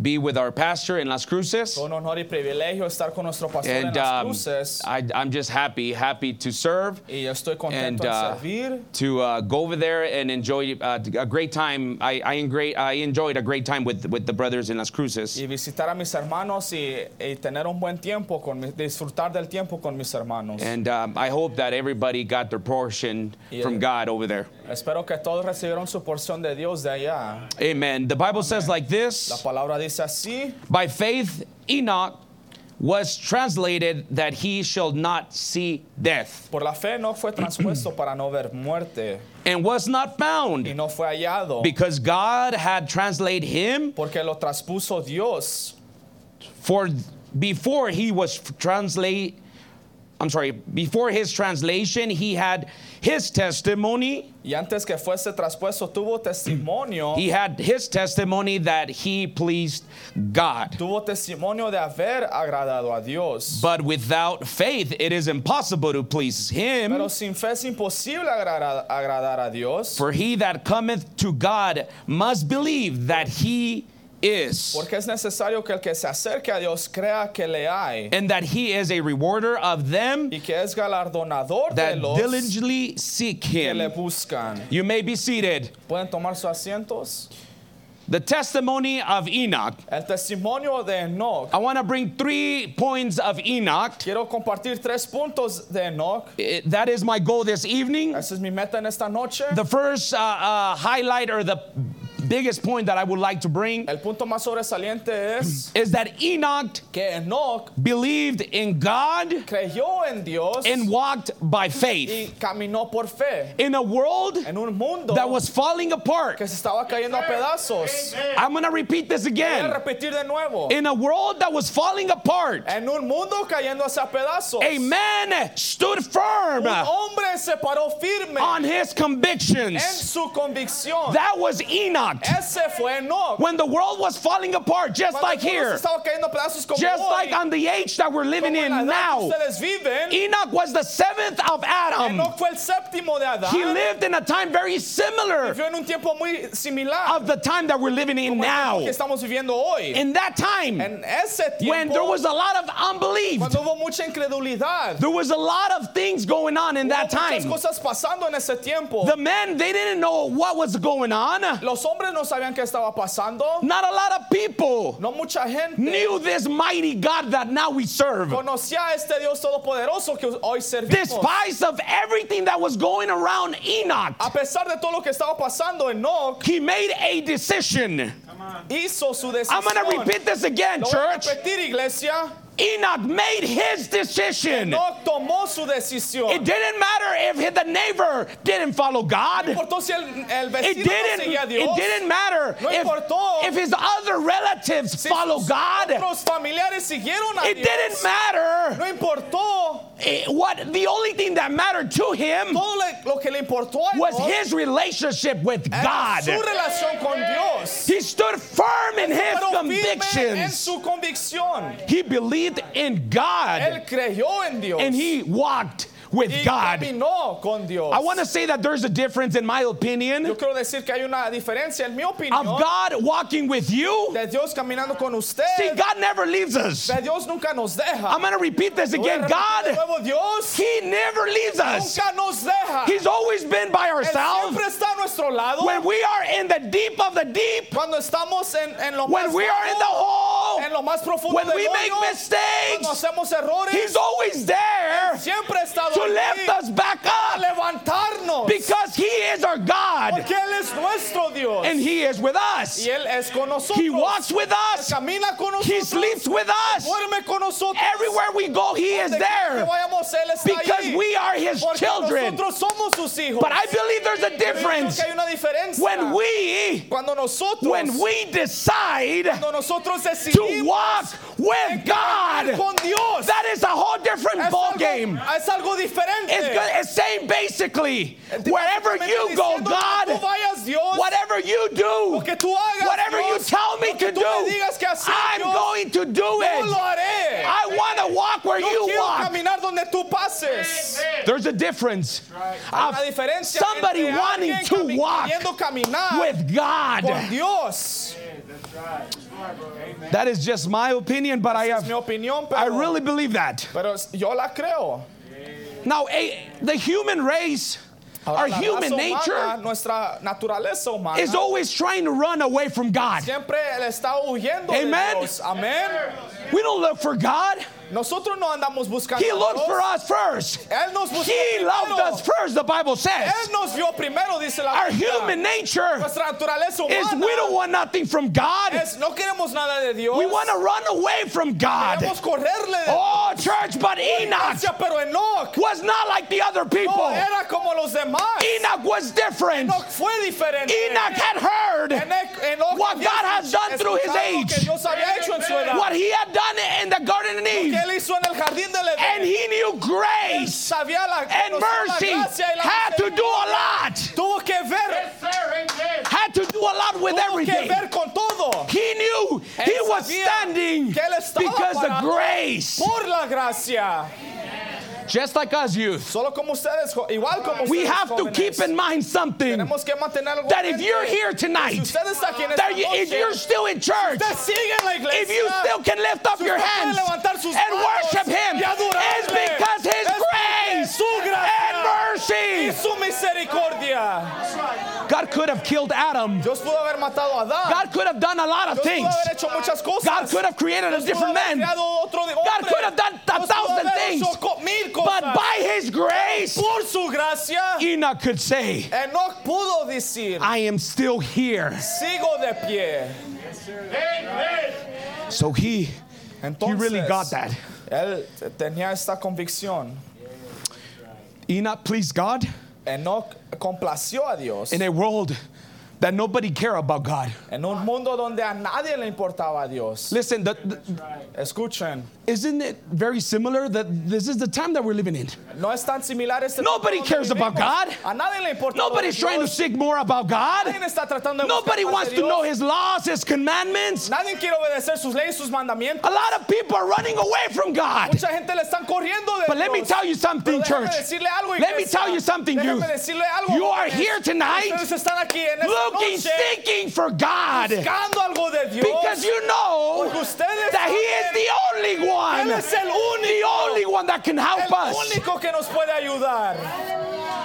Speaker 7: be with our pastor in Las Cruces.
Speaker 5: Fue un honor y privilegio estar con nuestro pastor en
Speaker 7: And
Speaker 5: las
Speaker 7: um,
Speaker 5: cruces.
Speaker 7: I, I'm just happy, happy to serve,
Speaker 5: y yo estoy
Speaker 7: and,
Speaker 5: contento
Speaker 7: uh,
Speaker 5: de servir.
Speaker 7: to uh, go over there and enjoy uh, a great time. I, I, engra- I enjoyed a great time with, with the brothers in Las Cruces.
Speaker 5: Y visitar a mis hermanos y, y tener un buen tiempo, con mi- disfrutar del tiempo con mis hermanos.
Speaker 7: And um, I hope that everybody got their portion
Speaker 5: Yeah.
Speaker 7: from God over there.
Speaker 5: Espero que todos recibieron su porción de Dios de allá.
Speaker 7: Amen. The Bible says like
Speaker 5: La
Speaker 7: this
Speaker 5: palabra dice así.
Speaker 7: By faith, Enoch was translated that he shall not see death
Speaker 5: Por la fe no fue transpuesto para no ver muerte
Speaker 7: and was not
Speaker 5: y
Speaker 7: found
Speaker 5: no fue hallado
Speaker 7: because God had translated him
Speaker 5: porque lo traspuso Dios.
Speaker 7: for before he was translate I'm sorry before his translation he had his testimony
Speaker 5: Y antes que fuese traspuesto tuvo testimonio,
Speaker 7: he had his testimony that he pleased God
Speaker 5: tuvo testimonio de haber agradado a Dios.
Speaker 7: but without faith it is impossible to please him
Speaker 5: Pero sin fe es imposible agradar, agradar a Dios,
Speaker 7: for he that cometh to God must believe that he is
Speaker 5: porque es necesario que el que se acerque a Dios crea que le hay
Speaker 7: and that he is a rewarder of them
Speaker 5: y que es galardonador de
Speaker 7: that
Speaker 5: los
Speaker 7: diligently seek
Speaker 5: que le
Speaker 7: him
Speaker 5: buscan.
Speaker 7: you may be seated
Speaker 5: ¿Pueden tomar sus asientos?
Speaker 7: the testimony of Enoch
Speaker 5: El testimonio de Enoch.
Speaker 7: I want to bring three points of Enoch.
Speaker 5: Quiero compartir tres puntos de Enoch.
Speaker 7: Eh, That is my goal this evening.
Speaker 5: Esa es mi meta en esta noche.
Speaker 7: The first uh, uh, highlight or the biggest point that I would like to bring
Speaker 5: El punto más sobresaliente es
Speaker 7: is that Enoch
Speaker 5: que Enoch
Speaker 7: believed in God
Speaker 5: creyó en Dios
Speaker 7: and walked by
Speaker 5: y
Speaker 7: faith
Speaker 5: caminó por fe
Speaker 7: in a world
Speaker 5: en un mundo
Speaker 7: that was falling apart.
Speaker 5: que se estaba cayendo a pedazos.
Speaker 7: I'm going to repeat this
Speaker 5: Voy a
Speaker 7: again.
Speaker 5: repetir de nuevo.
Speaker 7: In a world that was falling apart,
Speaker 5: En un mundo cayéndose a pedazos.
Speaker 7: a man stood firm
Speaker 5: Un hombre se paró firme
Speaker 7: on his
Speaker 5: en
Speaker 7: convictions.
Speaker 5: su convicción.
Speaker 7: That was Enoch.
Speaker 5: Ese fue Enoch.
Speaker 7: when the world was falling apart, just
Speaker 5: Cuando
Speaker 7: like
Speaker 5: el mundo se
Speaker 7: here,
Speaker 5: estaba cayendo a pedazos como
Speaker 7: just
Speaker 5: hoy,
Speaker 7: like on the age that we're living
Speaker 5: como en
Speaker 7: in
Speaker 5: la edad que
Speaker 7: now.
Speaker 5: ustedes viven,
Speaker 7: Enoch was the seventh of Adam.
Speaker 5: Enoch fue el séptimo de Adán.
Speaker 7: He lived in a time very similar
Speaker 5: Vivió en un tiempo muy similar
Speaker 7: of the time that we're living in
Speaker 5: al
Speaker 7: now.
Speaker 5: que estamos viviendo hoy.
Speaker 7: In that time,
Speaker 5: en ese
Speaker 7: when
Speaker 5: tiempo,
Speaker 7: there was a lot of unbelief,
Speaker 5: cuando hubo mucha incredulidad,
Speaker 7: there was a lot of things going on in that
Speaker 5: hubo muchas
Speaker 7: time.
Speaker 5: cosas pasando en ese tiempo.
Speaker 7: The men, they didn't know what was going on.
Speaker 5: Los hombres no sabían qué estaba pasando.
Speaker 7: Not a lot of people
Speaker 5: No mucha gente
Speaker 7: knew this mighty God that now we serve.
Speaker 5: conocía a este Dios todopoderoso que hoy servimos.
Speaker 7: Despite of everything that was going around Enoch,
Speaker 5: a pesar de todo lo que estaba pasando, Enoch
Speaker 7: he made a decision.
Speaker 5: hizo su decisión.
Speaker 7: I'm going to repeat this again,
Speaker 5: Lo voy a
Speaker 7: church.
Speaker 5: repetir, iglesia.
Speaker 7: Enoch made his decision.
Speaker 5: Enoch tomó su decisión.
Speaker 7: It didn't matter if the neighbor didn't follow God.
Speaker 5: no importó si el, el
Speaker 7: It
Speaker 5: vecino no
Speaker 7: didn't,
Speaker 5: seguía a
Speaker 7: it
Speaker 5: Dios.
Speaker 7: didn't matter
Speaker 5: No importó.
Speaker 7: if, if his other relatives
Speaker 5: Si
Speaker 7: follow
Speaker 5: sus
Speaker 7: God.
Speaker 5: otros familiares siguieron a
Speaker 7: It
Speaker 5: Dios.
Speaker 7: didn't matter
Speaker 5: No importó.
Speaker 7: eh, what the only thing that mattered to him
Speaker 5: Todo le- lo que le importó a
Speaker 7: was
Speaker 5: Enoch
Speaker 7: his relationship with
Speaker 5: era
Speaker 7: God.
Speaker 5: su relación con Dios.
Speaker 7: He stood firm in his
Speaker 5: Pero firme en
Speaker 7: convictions.
Speaker 5: su convicción.
Speaker 7: He believed in God
Speaker 5: Él creyó en Dios.
Speaker 7: and he walked with
Speaker 5: y
Speaker 7: God.
Speaker 5: caminó con Dios.
Speaker 7: I want to say that there's a difference, in my
Speaker 5: Yo
Speaker 7: opinion,
Speaker 5: quiero decir que hay una diferencia en mi opinión
Speaker 7: of God walking with you.
Speaker 5: de Dios caminando con usted.
Speaker 7: See, God never leaves us.
Speaker 5: de Dios nunca nos deja.
Speaker 7: I'm going to repeat this
Speaker 5: Voy a
Speaker 7: again.
Speaker 5: repetir de
Speaker 7: God,
Speaker 5: nuevo Dios
Speaker 7: He never leaves us.
Speaker 5: nunca nos deja.
Speaker 7: He's always been by
Speaker 5: Él
Speaker 7: ourselves.
Speaker 5: siempre está a nuestro lado.
Speaker 7: When we are in the deep of the deep,
Speaker 5: cuando estamos en, en lo
Speaker 7: when
Speaker 5: más
Speaker 7: we are in the
Speaker 5: bajo,
Speaker 7: hole,
Speaker 5: en lo más profundo
Speaker 7: when
Speaker 5: del
Speaker 7: we make
Speaker 5: hoyo, cuando
Speaker 7: mistakes,
Speaker 5: hacemos errores,
Speaker 7: He's always there
Speaker 5: siempre ha estado
Speaker 7: to
Speaker 5: ahí
Speaker 7: lift us back
Speaker 5: a
Speaker 7: up
Speaker 5: levantarnos.
Speaker 7: because He is our God
Speaker 5: porque él es nuestro Dios
Speaker 7: and He is with us.
Speaker 5: y él es con nosotros.
Speaker 7: He walks with
Speaker 5: Él
Speaker 7: us,
Speaker 5: camina con
Speaker 7: He
Speaker 5: nosotros,
Speaker 7: sleeps with us.
Speaker 5: duerme con nosotros.
Speaker 7: Everywhere we go, He is
Speaker 5: Donde quiera que
Speaker 7: there
Speaker 5: vayamos, él está
Speaker 7: because
Speaker 5: ahí.
Speaker 7: we are His
Speaker 5: E. porque
Speaker 7: children.
Speaker 5: nosotros somos sus hijos.
Speaker 7: But I believe there's
Speaker 5: Pero
Speaker 7: a
Speaker 5: yo creo
Speaker 7: difference
Speaker 5: que hay una diferencia.
Speaker 7: when we
Speaker 5: cuando nosotros
Speaker 7: when we decide
Speaker 5: cuando nosotros
Speaker 7: to
Speaker 5: decidimos
Speaker 7: walk with God.
Speaker 5: con Dios
Speaker 7: That is a whole different
Speaker 5: es
Speaker 7: ball
Speaker 5: algo-
Speaker 7: game.
Speaker 5: es algo diferente.
Speaker 7: It's, good, it's saying basically,
Speaker 5: Te-
Speaker 7: wherever
Speaker 5: te-
Speaker 7: you
Speaker 5: diciendo,
Speaker 7: go,
Speaker 5: donde tú
Speaker 7: God,
Speaker 5: vayas, Dios,
Speaker 7: whatever you
Speaker 5: lo
Speaker 7: do,
Speaker 5: que tú hagas,
Speaker 7: whatever you
Speaker 5: Dios,
Speaker 7: tell me
Speaker 5: lo que
Speaker 7: to
Speaker 5: tú me
Speaker 7: do,
Speaker 5: digas que hacer,
Speaker 7: I'm
Speaker 5: Dios,
Speaker 7: going to do
Speaker 5: yo lo
Speaker 7: it.
Speaker 5: haré.
Speaker 7: I want to walk where
Speaker 5: Yo
Speaker 7: you
Speaker 5: quiero
Speaker 7: walk.
Speaker 5: caminar donde tú pases.
Speaker 7: There's a difference
Speaker 5: Hay una
Speaker 7: of
Speaker 5: diferencia
Speaker 7: somebody
Speaker 5: entre
Speaker 7: wanting
Speaker 5: alguien
Speaker 7: to
Speaker 5: cami-
Speaker 7: walk
Speaker 5: queriendo caminar
Speaker 7: with
Speaker 5: con
Speaker 7: God.
Speaker 5: Dios.
Speaker 6: That's right. That's right, brother. Amen.
Speaker 7: That is just my opinion, but I
Speaker 5: Es mi
Speaker 7: have
Speaker 5: opinión, pero,
Speaker 7: I really believe that.
Speaker 5: pero es- yo la creo.
Speaker 7: Now, a, the human race,
Speaker 5: Ahora,
Speaker 7: our
Speaker 5: la
Speaker 7: human
Speaker 5: raza humana,
Speaker 7: nature,
Speaker 5: nuestra naturaleza humana,
Speaker 7: is always trying to run away from God.
Speaker 5: siempre le está huyendo de
Speaker 7: Amen.
Speaker 5: Dios. Amén.
Speaker 7: We don't look for God.
Speaker 5: Nosotros no andamos buscando
Speaker 7: He
Speaker 5: a
Speaker 7: looked
Speaker 5: Dios.
Speaker 7: for us first.
Speaker 5: Él nos buscó
Speaker 7: He loved
Speaker 5: primero.
Speaker 7: us first, the Bible says.
Speaker 5: Él nos vio primero, dice la
Speaker 7: Our
Speaker 5: Biblia.
Speaker 7: human nature
Speaker 5: Nuestra naturaleza
Speaker 7: is
Speaker 5: humana
Speaker 7: we don't want nothing from God.
Speaker 5: es no queremos nada de Dios.
Speaker 7: We want to run away from God.
Speaker 5: Queremos correrle de
Speaker 7: Oh, church, but Enoch
Speaker 5: iglesia, pero Enoch
Speaker 7: was not like the other
Speaker 5: no
Speaker 7: people.
Speaker 5: era como los demás.
Speaker 7: Enoch was different.
Speaker 5: Enoch fue diferente.
Speaker 7: Enoch had heard
Speaker 5: Enoch, Enoch
Speaker 7: what God has done through his
Speaker 5: escuchaba lo que
Speaker 7: age.
Speaker 5: Dios había hecho en su edad.
Speaker 7: what he had done in the Garden of
Speaker 5: que
Speaker 7: Eve,
Speaker 5: él hizo en el jardín del Edén.
Speaker 7: and he knew
Speaker 5: Él
Speaker 7: grace
Speaker 5: sabía la,
Speaker 7: and
Speaker 5: conocía la
Speaker 7: mercy
Speaker 5: gracia y la
Speaker 7: had to do a lot,
Speaker 5: Tuvo que ver,
Speaker 7: had to do a lot with
Speaker 5: tuvo que
Speaker 7: everything.
Speaker 5: ver con todo.
Speaker 7: He knew he
Speaker 5: Él
Speaker 7: was
Speaker 5: sabía
Speaker 7: standing
Speaker 5: que él estaba
Speaker 7: because the
Speaker 5: parado
Speaker 7: grace,
Speaker 5: Por la gracia.
Speaker 7: just like us youth,
Speaker 5: Solo como ustedes, jo- igual como
Speaker 7: we
Speaker 5: ustedes
Speaker 7: have to
Speaker 5: jóvenes.
Speaker 7: keep in mind something
Speaker 5: Tenemos que mantener algo
Speaker 7: that
Speaker 5: en
Speaker 7: if
Speaker 5: mente.
Speaker 7: you're here
Speaker 5: si
Speaker 7: tonight,
Speaker 5: usted está aquí en esta
Speaker 7: that you, if
Speaker 5: noche,
Speaker 7: you're still in church,
Speaker 5: usted sigue en la iglesia,
Speaker 7: if you still can lift up
Speaker 5: si
Speaker 7: your
Speaker 5: usted puede
Speaker 7: hands
Speaker 5: levantar sus
Speaker 7: and
Speaker 5: manos
Speaker 7: worship Him,
Speaker 5: y adorarle,
Speaker 7: it's because His
Speaker 5: es porque
Speaker 7: grace
Speaker 5: su gracia
Speaker 7: and
Speaker 5: y
Speaker 7: mercy.
Speaker 5: su misericordia.
Speaker 7: God could have killed Adam.
Speaker 5: Dios pudo haber matado a Adán.
Speaker 7: God could have done a lot of
Speaker 5: Dios
Speaker 7: things.
Speaker 5: pudo haber hecho muchas cosas.
Speaker 7: God could have created a
Speaker 5: Dios pudo
Speaker 7: different
Speaker 5: haber
Speaker 7: man.
Speaker 5: creado otro de-
Speaker 7: God
Speaker 5: hombre.
Speaker 7: could have done a
Speaker 5: Dios pudo
Speaker 7: thousand
Speaker 5: haber
Speaker 7: things.
Speaker 5: hecho co- mil cosas.
Speaker 7: But by his grace,
Speaker 5: por su gracia,
Speaker 7: Enoch could say,
Speaker 5: Enoch pudo decir,
Speaker 7: I am still here.
Speaker 5: sigo de pie.
Speaker 7: So he he
Speaker 5: Entonces,
Speaker 7: really got that.
Speaker 5: él tenía esta convicción.
Speaker 7: Enoch pleased God
Speaker 5: Enoch complació a Dios
Speaker 7: in a world that nobody care about God.
Speaker 5: en un mundo donde a nadie le importaba a Dios.
Speaker 7: Listen, the, the-
Speaker 5: Escuchen,
Speaker 7: isn't it very similar that this is the time that we're living in?
Speaker 5: no es tan similar este
Speaker 7: Nobody
Speaker 5: mundo donde
Speaker 7: cares about
Speaker 5: vivimos.
Speaker 7: God.
Speaker 5: A nadie le importa.
Speaker 7: Nobody's
Speaker 5: Dios.
Speaker 7: trying to seek more about
Speaker 5: Nadie
Speaker 7: God.
Speaker 5: está tratando de
Speaker 7: Nobody
Speaker 5: buscar más
Speaker 7: wants
Speaker 5: de
Speaker 7: to
Speaker 5: Dios.
Speaker 7: know his laws, his commandments.
Speaker 5: Nadie quiere obedecer sus leyes, sus
Speaker 7: A
Speaker 5: mandamientos.
Speaker 7: lot of people are running away from God.
Speaker 5: Mucha gente le están corriendo de
Speaker 7: But let me
Speaker 5: Dios.
Speaker 7: tell you something,
Speaker 5: Pero déjame
Speaker 7: church.
Speaker 5: decirle algo,
Speaker 7: Let me
Speaker 5: iglesia.
Speaker 7: tell you something,
Speaker 5: Déjame
Speaker 7: youth.
Speaker 5: decirle algo,
Speaker 7: You are
Speaker 5: jóvenes.
Speaker 7: here tonight
Speaker 5: Ustedes están aquí en esta
Speaker 7: Looking,
Speaker 5: noche
Speaker 7: seeking for God.
Speaker 5: buscando algo de Dios.
Speaker 7: Because you know
Speaker 5: Porque ustedes
Speaker 7: that He is the only one,
Speaker 5: Él es el
Speaker 7: the
Speaker 5: único,
Speaker 7: only one that can help
Speaker 5: el
Speaker 7: us.
Speaker 5: único que nos puede ayudar.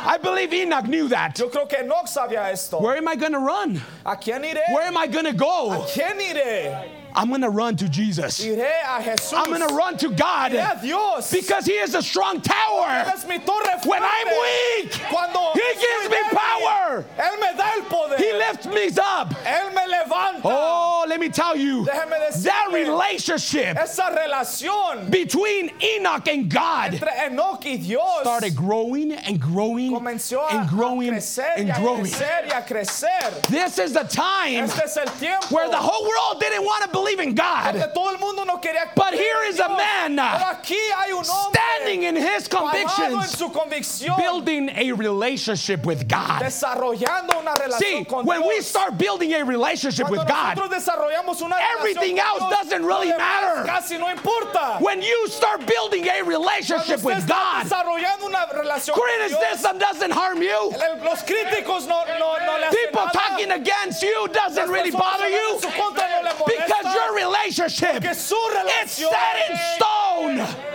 Speaker 7: I believe Enoch knew that.
Speaker 5: Yo creo que Enoch sabía esto.
Speaker 7: Where am I going to run?
Speaker 5: ¿A quién iré?
Speaker 7: Where am I going to
Speaker 5: ¿A
Speaker 7: go?
Speaker 5: quién iré?
Speaker 7: I'm going to run to Jesus.
Speaker 5: Iré a Jesús.
Speaker 7: I'm going to run to
Speaker 5: Iré a
Speaker 7: God
Speaker 5: Dios.
Speaker 7: because He is a strong tower.
Speaker 5: Él es mi torre
Speaker 7: When I'm
Speaker 5: fuerte.
Speaker 7: weak,
Speaker 5: Cuando
Speaker 7: He
Speaker 5: estoy
Speaker 7: gives me
Speaker 5: débil,
Speaker 7: power.
Speaker 5: Él me da el poder.
Speaker 7: He lifts me up.
Speaker 5: Él me levanta.
Speaker 7: Oh, let me tell you
Speaker 5: Déjeme decirle,
Speaker 7: that relationship
Speaker 5: esa relación
Speaker 7: between Enoch and God
Speaker 5: entre Enoch y Dios
Speaker 7: started growing and growing
Speaker 5: comenzó a,
Speaker 7: and
Speaker 5: a
Speaker 7: growing
Speaker 5: crecer y
Speaker 7: and
Speaker 5: a
Speaker 7: growing.
Speaker 5: crecer y a crecer.
Speaker 7: This is the time
Speaker 5: Este es el tiempo
Speaker 7: where the whole world didn't want to believe in
Speaker 5: donde
Speaker 7: God,
Speaker 5: todo el mundo no quería
Speaker 7: But
Speaker 5: creer en
Speaker 7: here is a
Speaker 5: Dios.
Speaker 7: man
Speaker 5: Pero aquí hay un hombre
Speaker 7: standing in his
Speaker 5: parado en
Speaker 7: convictions,
Speaker 5: su convicción,
Speaker 7: building a relationship with God.
Speaker 5: desarrollando una relación
Speaker 7: See,
Speaker 5: con
Speaker 7: when
Speaker 5: Dios.
Speaker 7: we start building a relationship
Speaker 5: Cuando
Speaker 7: with God,
Speaker 5: nosotros desarrollamos una relación
Speaker 7: Everything
Speaker 5: con
Speaker 7: else
Speaker 5: Dios,
Speaker 7: doesn't
Speaker 5: lo
Speaker 7: really
Speaker 5: demás
Speaker 7: matter.
Speaker 5: Casi no importa.
Speaker 7: When you start building a
Speaker 5: Cuando
Speaker 7: relationship
Speaker 5: usted
Speaker 7: with
Speaker 5: está
Speaker 7: God,
Speaker 5: desarrollando una relación con Dios,
Speaker 7: criticism doesn't harm you.
Speaker 5: el- los críticos no, no, no le hacen
Speaker 7: People
Speaker 5: nada.
Speaker 7: talking against you
Speaker 5: Las
Speaker 7: doesn't really
Speaker 5: personas
Speaker 7: bother
Speaker 5: hablando
Speaker 7: you
Speaker 5: en su contra no le molesta.
Speaker 7: because your relationship
Speaker 5: Porque su
Speaker 7: it's
Speaker 5: relación
Speaker 7: set in stone.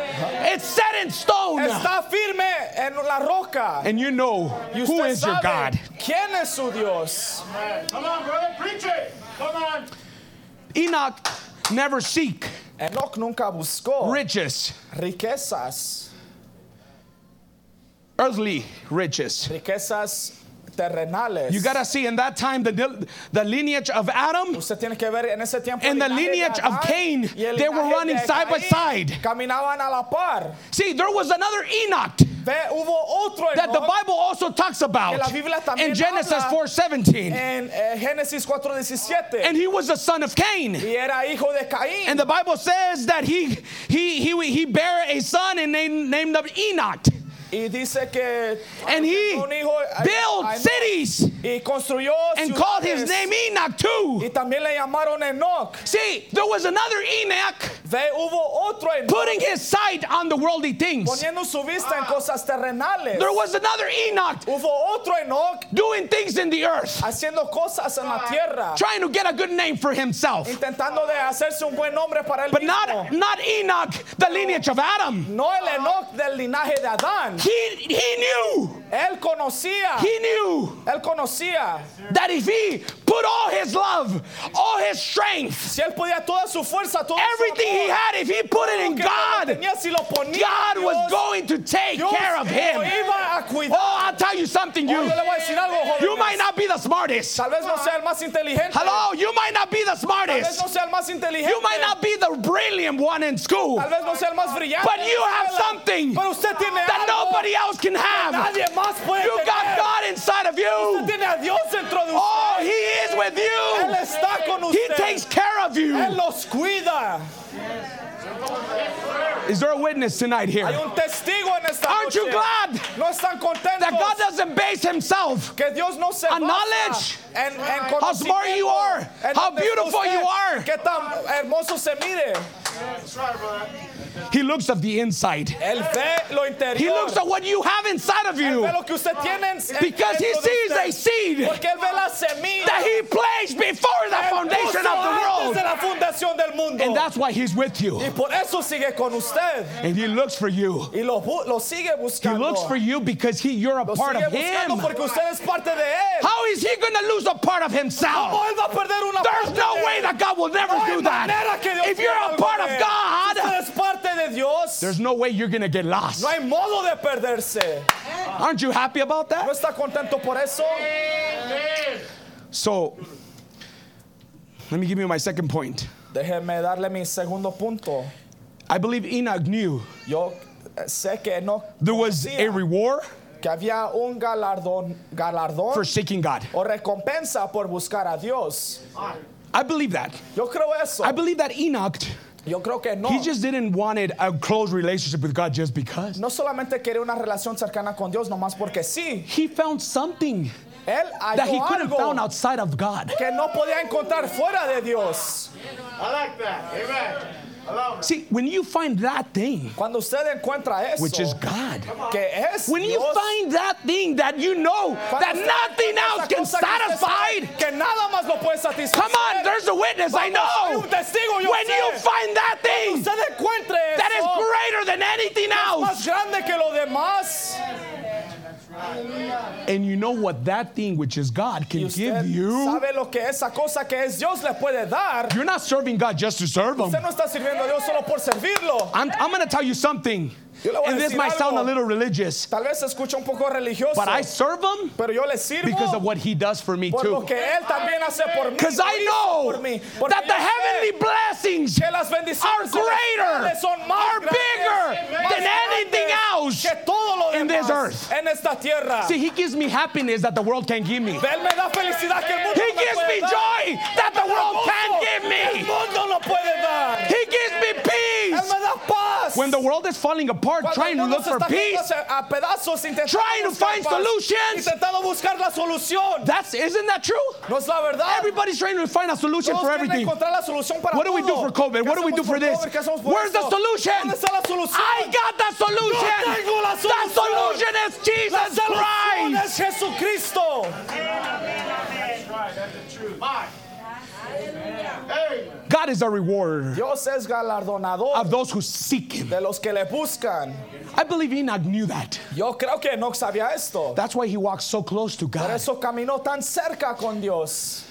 Speaker 7: It's set in stone.
Speaker 5: está firme en la roca.
Speaker 7: And you know
Speaker 5: Y
Speaker 7: who
Speaker 5: usted
Speaker 7: is your
Speaker 5: sabe
Speaker 7: God.
Speaker 5: quién es su Dios.
Speaker 6: Come on, brother, preach it. Come on.
Speaker 7: Enoch never seek
Speaker 5: Enoch nunca buscó
Speaker 7: riches,
Speaker 5: riquezas,
Speaker 7: earthly riches.
Speaker 5: riquezas terrenales.
Speaker 7: You gotta see in that time the, the lineage of Adam
Speaker 5: Usted tiene que ver en ese tiempo.
Speaker 7: And the
Speaker 5: el linaje de
Speaker 7: lineage of
Speaker 5: Adán
Speaker 7: Cain,
Speaker 5: y el
Speaker 7: they were
Speaker 5: linaje
Speaker 7: running
Speaker 5: de
Speaker 7: side by
Speaker 5: Caín.
Speaker 7: side.
Speaker 5: Caminaban a la par.
Speaker 7: See, there was another Enoch
Speaker 5: Ve, hubo otro
Speaker 7: that the
Speaker 5: Enoch
Speaker 7: Bible also talks
Speaker 5: Que la
Speaker 7: about
Speaker 5: Biblia también
Speaker 7: in Genesis
Speaker 5: habla.
Speaker 7: 4:17.
Speaker 5: en eh, Génesis 4:17
Speaker 7: And he was the son of Cain.
Speaker 5: y era hijo de Caín.
Speaker 7: And the Bible says that he he he he bare a son and named named him Enoch.
Speaker 5: y dice que
Speaker 7: And he
Speaker 5: tuvo un hijo a- a
Speaker 7: built
Speaker 5: Enoch.
Speaker 7: cities
Speaker 5: y construyó
Speaker 7: and called his
Speaker 5: ciudades.
Speaker 7: name Enoch too.
Speaker 5: y también le llamaron Enoch.
Speaker 7: See, there was another Enoch
Speaker 5: Ve, hubo otro Enoch
Speaker 7: putting his sight on the worldly things.
Speaker 5: poniendo su vista en cosas terrenales.
Speaker 7: There was another Enoch
Speaker 5: Hubo otro Enoch
Speaker 7: doing things in the earth,
Speaker 5: haciendo cosas en la tierra,
Speaker 7: trying to get a good name for himself.
Speaker 5: intentando de hacerse un buen nombre para él
Speaker 7: But
Speaker 5: mismo.
Speaker 7: not not Enoch, the lineage of Adam.
Speaker 5: no el Enoch del linaje de Adán.
Speaker 7: He he knew.
Speaker 5: Él conocía,
Speaker 7: He knew
Speaker 5: él conocía.
Speaker 7: that if he put all his love, all his strength,
Speaker 5: Si él podía toda su fuerza, todo su
Speaker 7: everything
Speaker 5: amor,
Speaker 7: he had, if he put it in
Speaker 5: que lo
Speaker 7: God,
Speaker 5: tenía, si lo ponía
Speaker 7: God
Speaker 5: en
Speaker 7: was
Speaker 5: Dios,
Speaker 7: going to take
Speaker 5: Dios
Speaker 7: care of
Speaker 5: lo
Speaker 7: him.
Speaker 5: iba a
Speaker 7: Oh,
Speaker 5: cuidar.
Speaker 7: I'll tell you something,
Speaker 5: Oh,
Speaker 7: you
Speaker 5: yo le voy a decir algo,
Speaker 7: you
Speaker 5: jóvenes.
Speaker 7: might not be the smartest.
Speaker 5: Tal vez no sea el más inteligente.
Speaker 7: Hello, you might not be the
Speaker 5: Tal vez
Speaker 7: smartest.
Speaker 5: no sea el más inteligente.
Speaker 7: You might not be the brilliant one in school.
Speaker 5: Tal vez no sea el más brillante.
Speaker 7: But you have something
Speaker 5: Pero usted tiene
Speaker 7: That
Speaker 5: algo.
Speaker 7: nobody else can have.
Speaker 5: Nadie más puede
Speaker 7: You
Speaker 5: tener.
Speaker 7: got God inside of
Speaker 5: Usted
Speaker 7: you.
Speaker 5: tiene a Dios dentro de usted.
Speaker 7: Oh, he is with
Speaker 5: Él
Speaker 7: you.
Speaker 5: está con
Speaker 7: He
Speaker 5: usted.
Speaker 7: takes care of
Speaker 5: Él
Speaker 7: you.
Speaker 5: los cuida.
Speaker 7: Is there a witness tonight
Speaker 5: Hay
Speaker 7: here?
Speaker 5: un testigo en esta
Speaker 7: Aren't
Speaker 5: noche.
Speaker 7: you glad
Speaker 5: No están contentos
Speaker 7: That God doesn't base himself
Speaker 5: que Dios no se
Speaker 7: on
Speaker 5: basa
Speaker 7: knowledge.
Speaker 5: en, en
Speaker 7: How smart
Speaker 5: conocimiento,
Speaker 7: you are.
Speaker 5: en
Speaker 7: How
Speaker 5: dónde
Speaker 7: beautiful
Speaker 5: usted,
Speaker 7: you are.
Speaker 5: Qué tan hermoso se mire.
Speaker 6: That's right, brother.
Speaker 7: He looks at the inside.
Speaker 5: Él ve lo interior.
Speaker 7: He looks at what you have inside of
Speaker 5: Él
Speaker 7: you
Speaker 5: ve lo que usted tiene en, en-
Speaker 7: because he
Speaker 5: dentro de
Speaker 7: sees
Speaker 5: usted.
Speaker 7: a seed
Speaker 5: Porque él ve la semilla
Speaker 7: that he placed before the
Speaker 5: Él
Speaker 7: foundation
Speaker 5: puso antes
Speaker 7: of the
Speaker 5: de
Speaker 7: world.
Speaker 5: la fundación del mundo.
Speaker 7: And that's why he's with you.
Speaker 5: y por eso sigue con usted
Speaker 7: And he looks for you.
Speaker 5: y lo, bu- lo sigue
Speaker 7: He
Speaker 5: buscando.
Speaker 7: looks for you because he, you're a
Speaker 5: lo
Speaker 7: part
Speaker 5: sigue
Speaker 7: of
Speaker 5: buscando
Speaker 7: him.
Speaker 5: porque usted es parte de él.
Speaker 7: How is he going to lose a part of
Speaker 5: ¿Cómo
Speaker 7: himself?
Speaker 5: él va a perder una parte
Speaker 7: There's no
Speaker 5: de
Speaker 7: way
Speaker 5: él?
Speaker 7: that God will never
Speaker 5: No hay
Speaker 7: do that.
Speaker 5: manera que Dios
Speaker 7: If you're
Speaker 5: pierda
Speaker 7: a
Speaker 5: algo
Speaker 7: part
Speaker 5: de él.
Speaker 7: of
Speaker 5: Si
Speaker 7: God,
Speaker 5: usted es parte de Dios.
Speaker 7: there's no way you're going to get lost.
Speaker 5: No hay modo de perderse.
Speaker 7: Aren't you happy about
Speaker 5: ¿No
Speaker 7: that?
Speaker 5: está contento por eso?
Speaker 7: So, let me give you my second point.
Speaker 5: Déjeme darle mi segundo punto.
Speaker 7: I believe Enoch knew
Speaker 5: Yo eh, sé que no
Speaker 7: there was a reward
Speaker 5: que había un galardón, galardón
Speaker 7: for seeking God.
Speaker 5: o recompensa por buscar a Dios.
Speaker 7: I believe that.
Speaker 5: Yo creo eso.
Speaker 7: I believe that Enoch,
Speaker 5: Yo creo que no.
Speaker 7: he just didn't wanted a close relationship with God just because.
Speaker 5: No solamente quería una relación cercana con Dios, nomás porque sí.
Speaker 7: He found something
Speaker 5: Él
Speaker 7: that he
Speaker 5: halló
Speaker 7: couldn't
Speaker 5: algo
Speaker 7: found outside of God.
Speaker 5: que no podía encontrar fuera de Dios.
Speaker 6: I like that. Amen. Hello.
Speaker 7: See, when you find that thing,
Speaker 5: Cuando usted encuentra eso,
Speaker 7: which is God,
Speaker 5: que es
Speaker 7: When you
Speaker 5: Dios,
Speaker 7: find that thing that you know
Speaker 5: cuando
Speaker 7: that
Speaker 5: usted
Speaker 7: nothing
Speaker 5: encuentra
Speaker 7: else
Speaker 5: esa
Speaker 7: can
Speaker 5: cosa que usted sabe
Speaker 7: satisfy,
Speaker 5: que nada más lo puede satisfacer.
Speaker 7: come on, there's a witness, I
Speaker 5: Vamos, hay
Speaker 7: know.
Speaker 5: un testigo, yo
Speaker 7: Oh, When
Speaker 5: sé.
Speaker 7: you find that thing
Speaker 5: Usted encuentre
Speaker 7: that is
Speaker 5: eso,
Speaker 7: greater than anything
Speaker 5: más
Speaker 7: else,
Speaker 5: grande que lo demás.
Speaker 7: and you know what that thing which is God
Speaker 5: Y
Speaker 7: can
Speaker 5: usted
Speaker 7: give you,
Speaker 5: sabe lo que esa cosa que es Dios le puede dar.
Speaker 7: you're not serving God just to serve Him.
Speaker 5: Usted no está sirviendo a Dios solo por servirlo.
Speaker 7: I'm, I'm going to tell you something,
Speaker 5: Yo le voy a
Speaker 7: and this
Speaker 5: decir
Speaker 7: might sound a
Speaker 5: algo.
Speaker 7: little religious,
Speaker 5: Tal vez se escucha un poco religioso,
Speaker 7: but I serve Him
Speaker 5: pero yo le sirvo
Speaker 7: because of what He does for me
Speaker 5: por lo
Speaker 7: too.
Speaker 5: que Él también hace por mí.
Speaker 7: Because I
Speaker 5: por
Speaker 7: know
Speaker 5: mí. Porque
Speaker 7: that the
Speaker 5: yo sé
Speaker 7: heavenly blessings
Speaker 5: que las
Speaker 7: are
Speaker 5: bendiciones
Speaker 7: greater,
Speaker 5: celestiales son más
Speaker 7: are
Speaker 5: grandes,
Speaker 7: bigger
Speaker 5: más
Speaker 7: than anything
Speaker 5: grandes
Speaker 7: else.
Speaker 5: que todo lo
Speaker 7: in this
Speaker 5: demás
Speaker 7: earth.
Speaker 5: en esta tierra.
Speaker 7: See, He gives me happiness that the world can't give me.
Speaker 5: Él me da felicidad que el mundo
Speaker 7: He
Speaker 5: no me
Speaker 7: gives
Speaker 5: puede
Speaker 7: me
Speaker 5: dar.
Speaker 7: joy that the
Speaker 5: Me da
Speaker 7: world
Speaker 5: gozo
Speaker 7: Oh, can't give
Speaker 5: que El
Speaker 7: me.
Speaker 5: mundo no puede ayudas.
Speaker 7: He gives me
Speaker 5: Él
Speaker 7: peace.
Speaker 5: me da paz.
Speaker 7: When the world is falling apart,
Speaker 5: Cuando el
Speaker 7: trying to
Speaker 5: mundo
Speaker 7: look
Speaker 5: se
Speaker 7: for
Speaker 5: está cayendo
Speaker 7: peace,
Speaker 5: a pedazos, intentando
Speaker 7: Trying to
Speaker 5: buscar
Speaker 7: find
Speaker 5: paz,
Speaker 7: solutions.
Speaker 5: Intentando buscar la solución.
Speaker 7: that's isn't that true?
Speaker 5: no es la verdad.
Speaker 7: Everybody's trying to find a solution
Speaker 5: Todos
Speaker 7: for
Speaker 5: quieren
Speaker 7: everything.
Speaker 5: encontrar la solución para
Speaker 7: What do we do
Speaker 5: todo.
Speaker 7: for COVID?
Speaker 5: ¿Qué
Speaker 7: What do we
Speaker 5: hacemos
Speaker 7: do
Speaker 5: por
Speaker 7: for this?
Speaker 5: COVID? ¿Qué hacemos por
Speaker 7: Where's the
Speaker 5: esto?
Speaker 7: solution?
Speaker 5: ¿Dónde está la solución?
Speaker 7: I got the
Speaker 5: Yo
Speaker 7: solution.
Speaker 5: tengo la
Speaker 7: The solution is
Speaker 5: La
Speaker 7: Jesus
Speaker 5: solución es
Speaker 7: Christ.
Speaker 5: Jesucristo.
Speaker 6: That's right. That's the truth. Mine. Hey.
Speaker 7: God is a rewarder
Speaker 5: Dios es galardonador
Speaker 7: of those who seek Him.
Speaker 5: de los que le buscan.
Speaker 7: I believe Enoch knew that.
Speaker 5: Yo creo que Enoch sabía esto.
Speaker 7: That's why he walked so close to
Speaker 5: Por
Speaker 7: God.
Speaker 5: eso caminó tan cerca con Dios.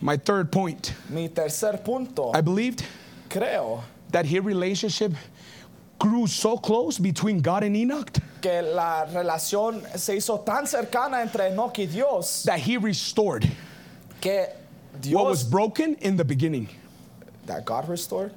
Speaker 7: My third point
Speaker 5: Mi tercer punto.
Speaker 7: I believed
Speaker 5: Creo
Speaker 7: that his relationship grew so close between God and Enoch
Speaker 5: que la relación se hizo tan cercana entre Enoch y Dios
Speaker 7: that he restored
Speaker 5: que
Speaker 7: what was
Speaker 5: Dios
Speaker 7: broken in the beginning.
Speaker 5: that God restored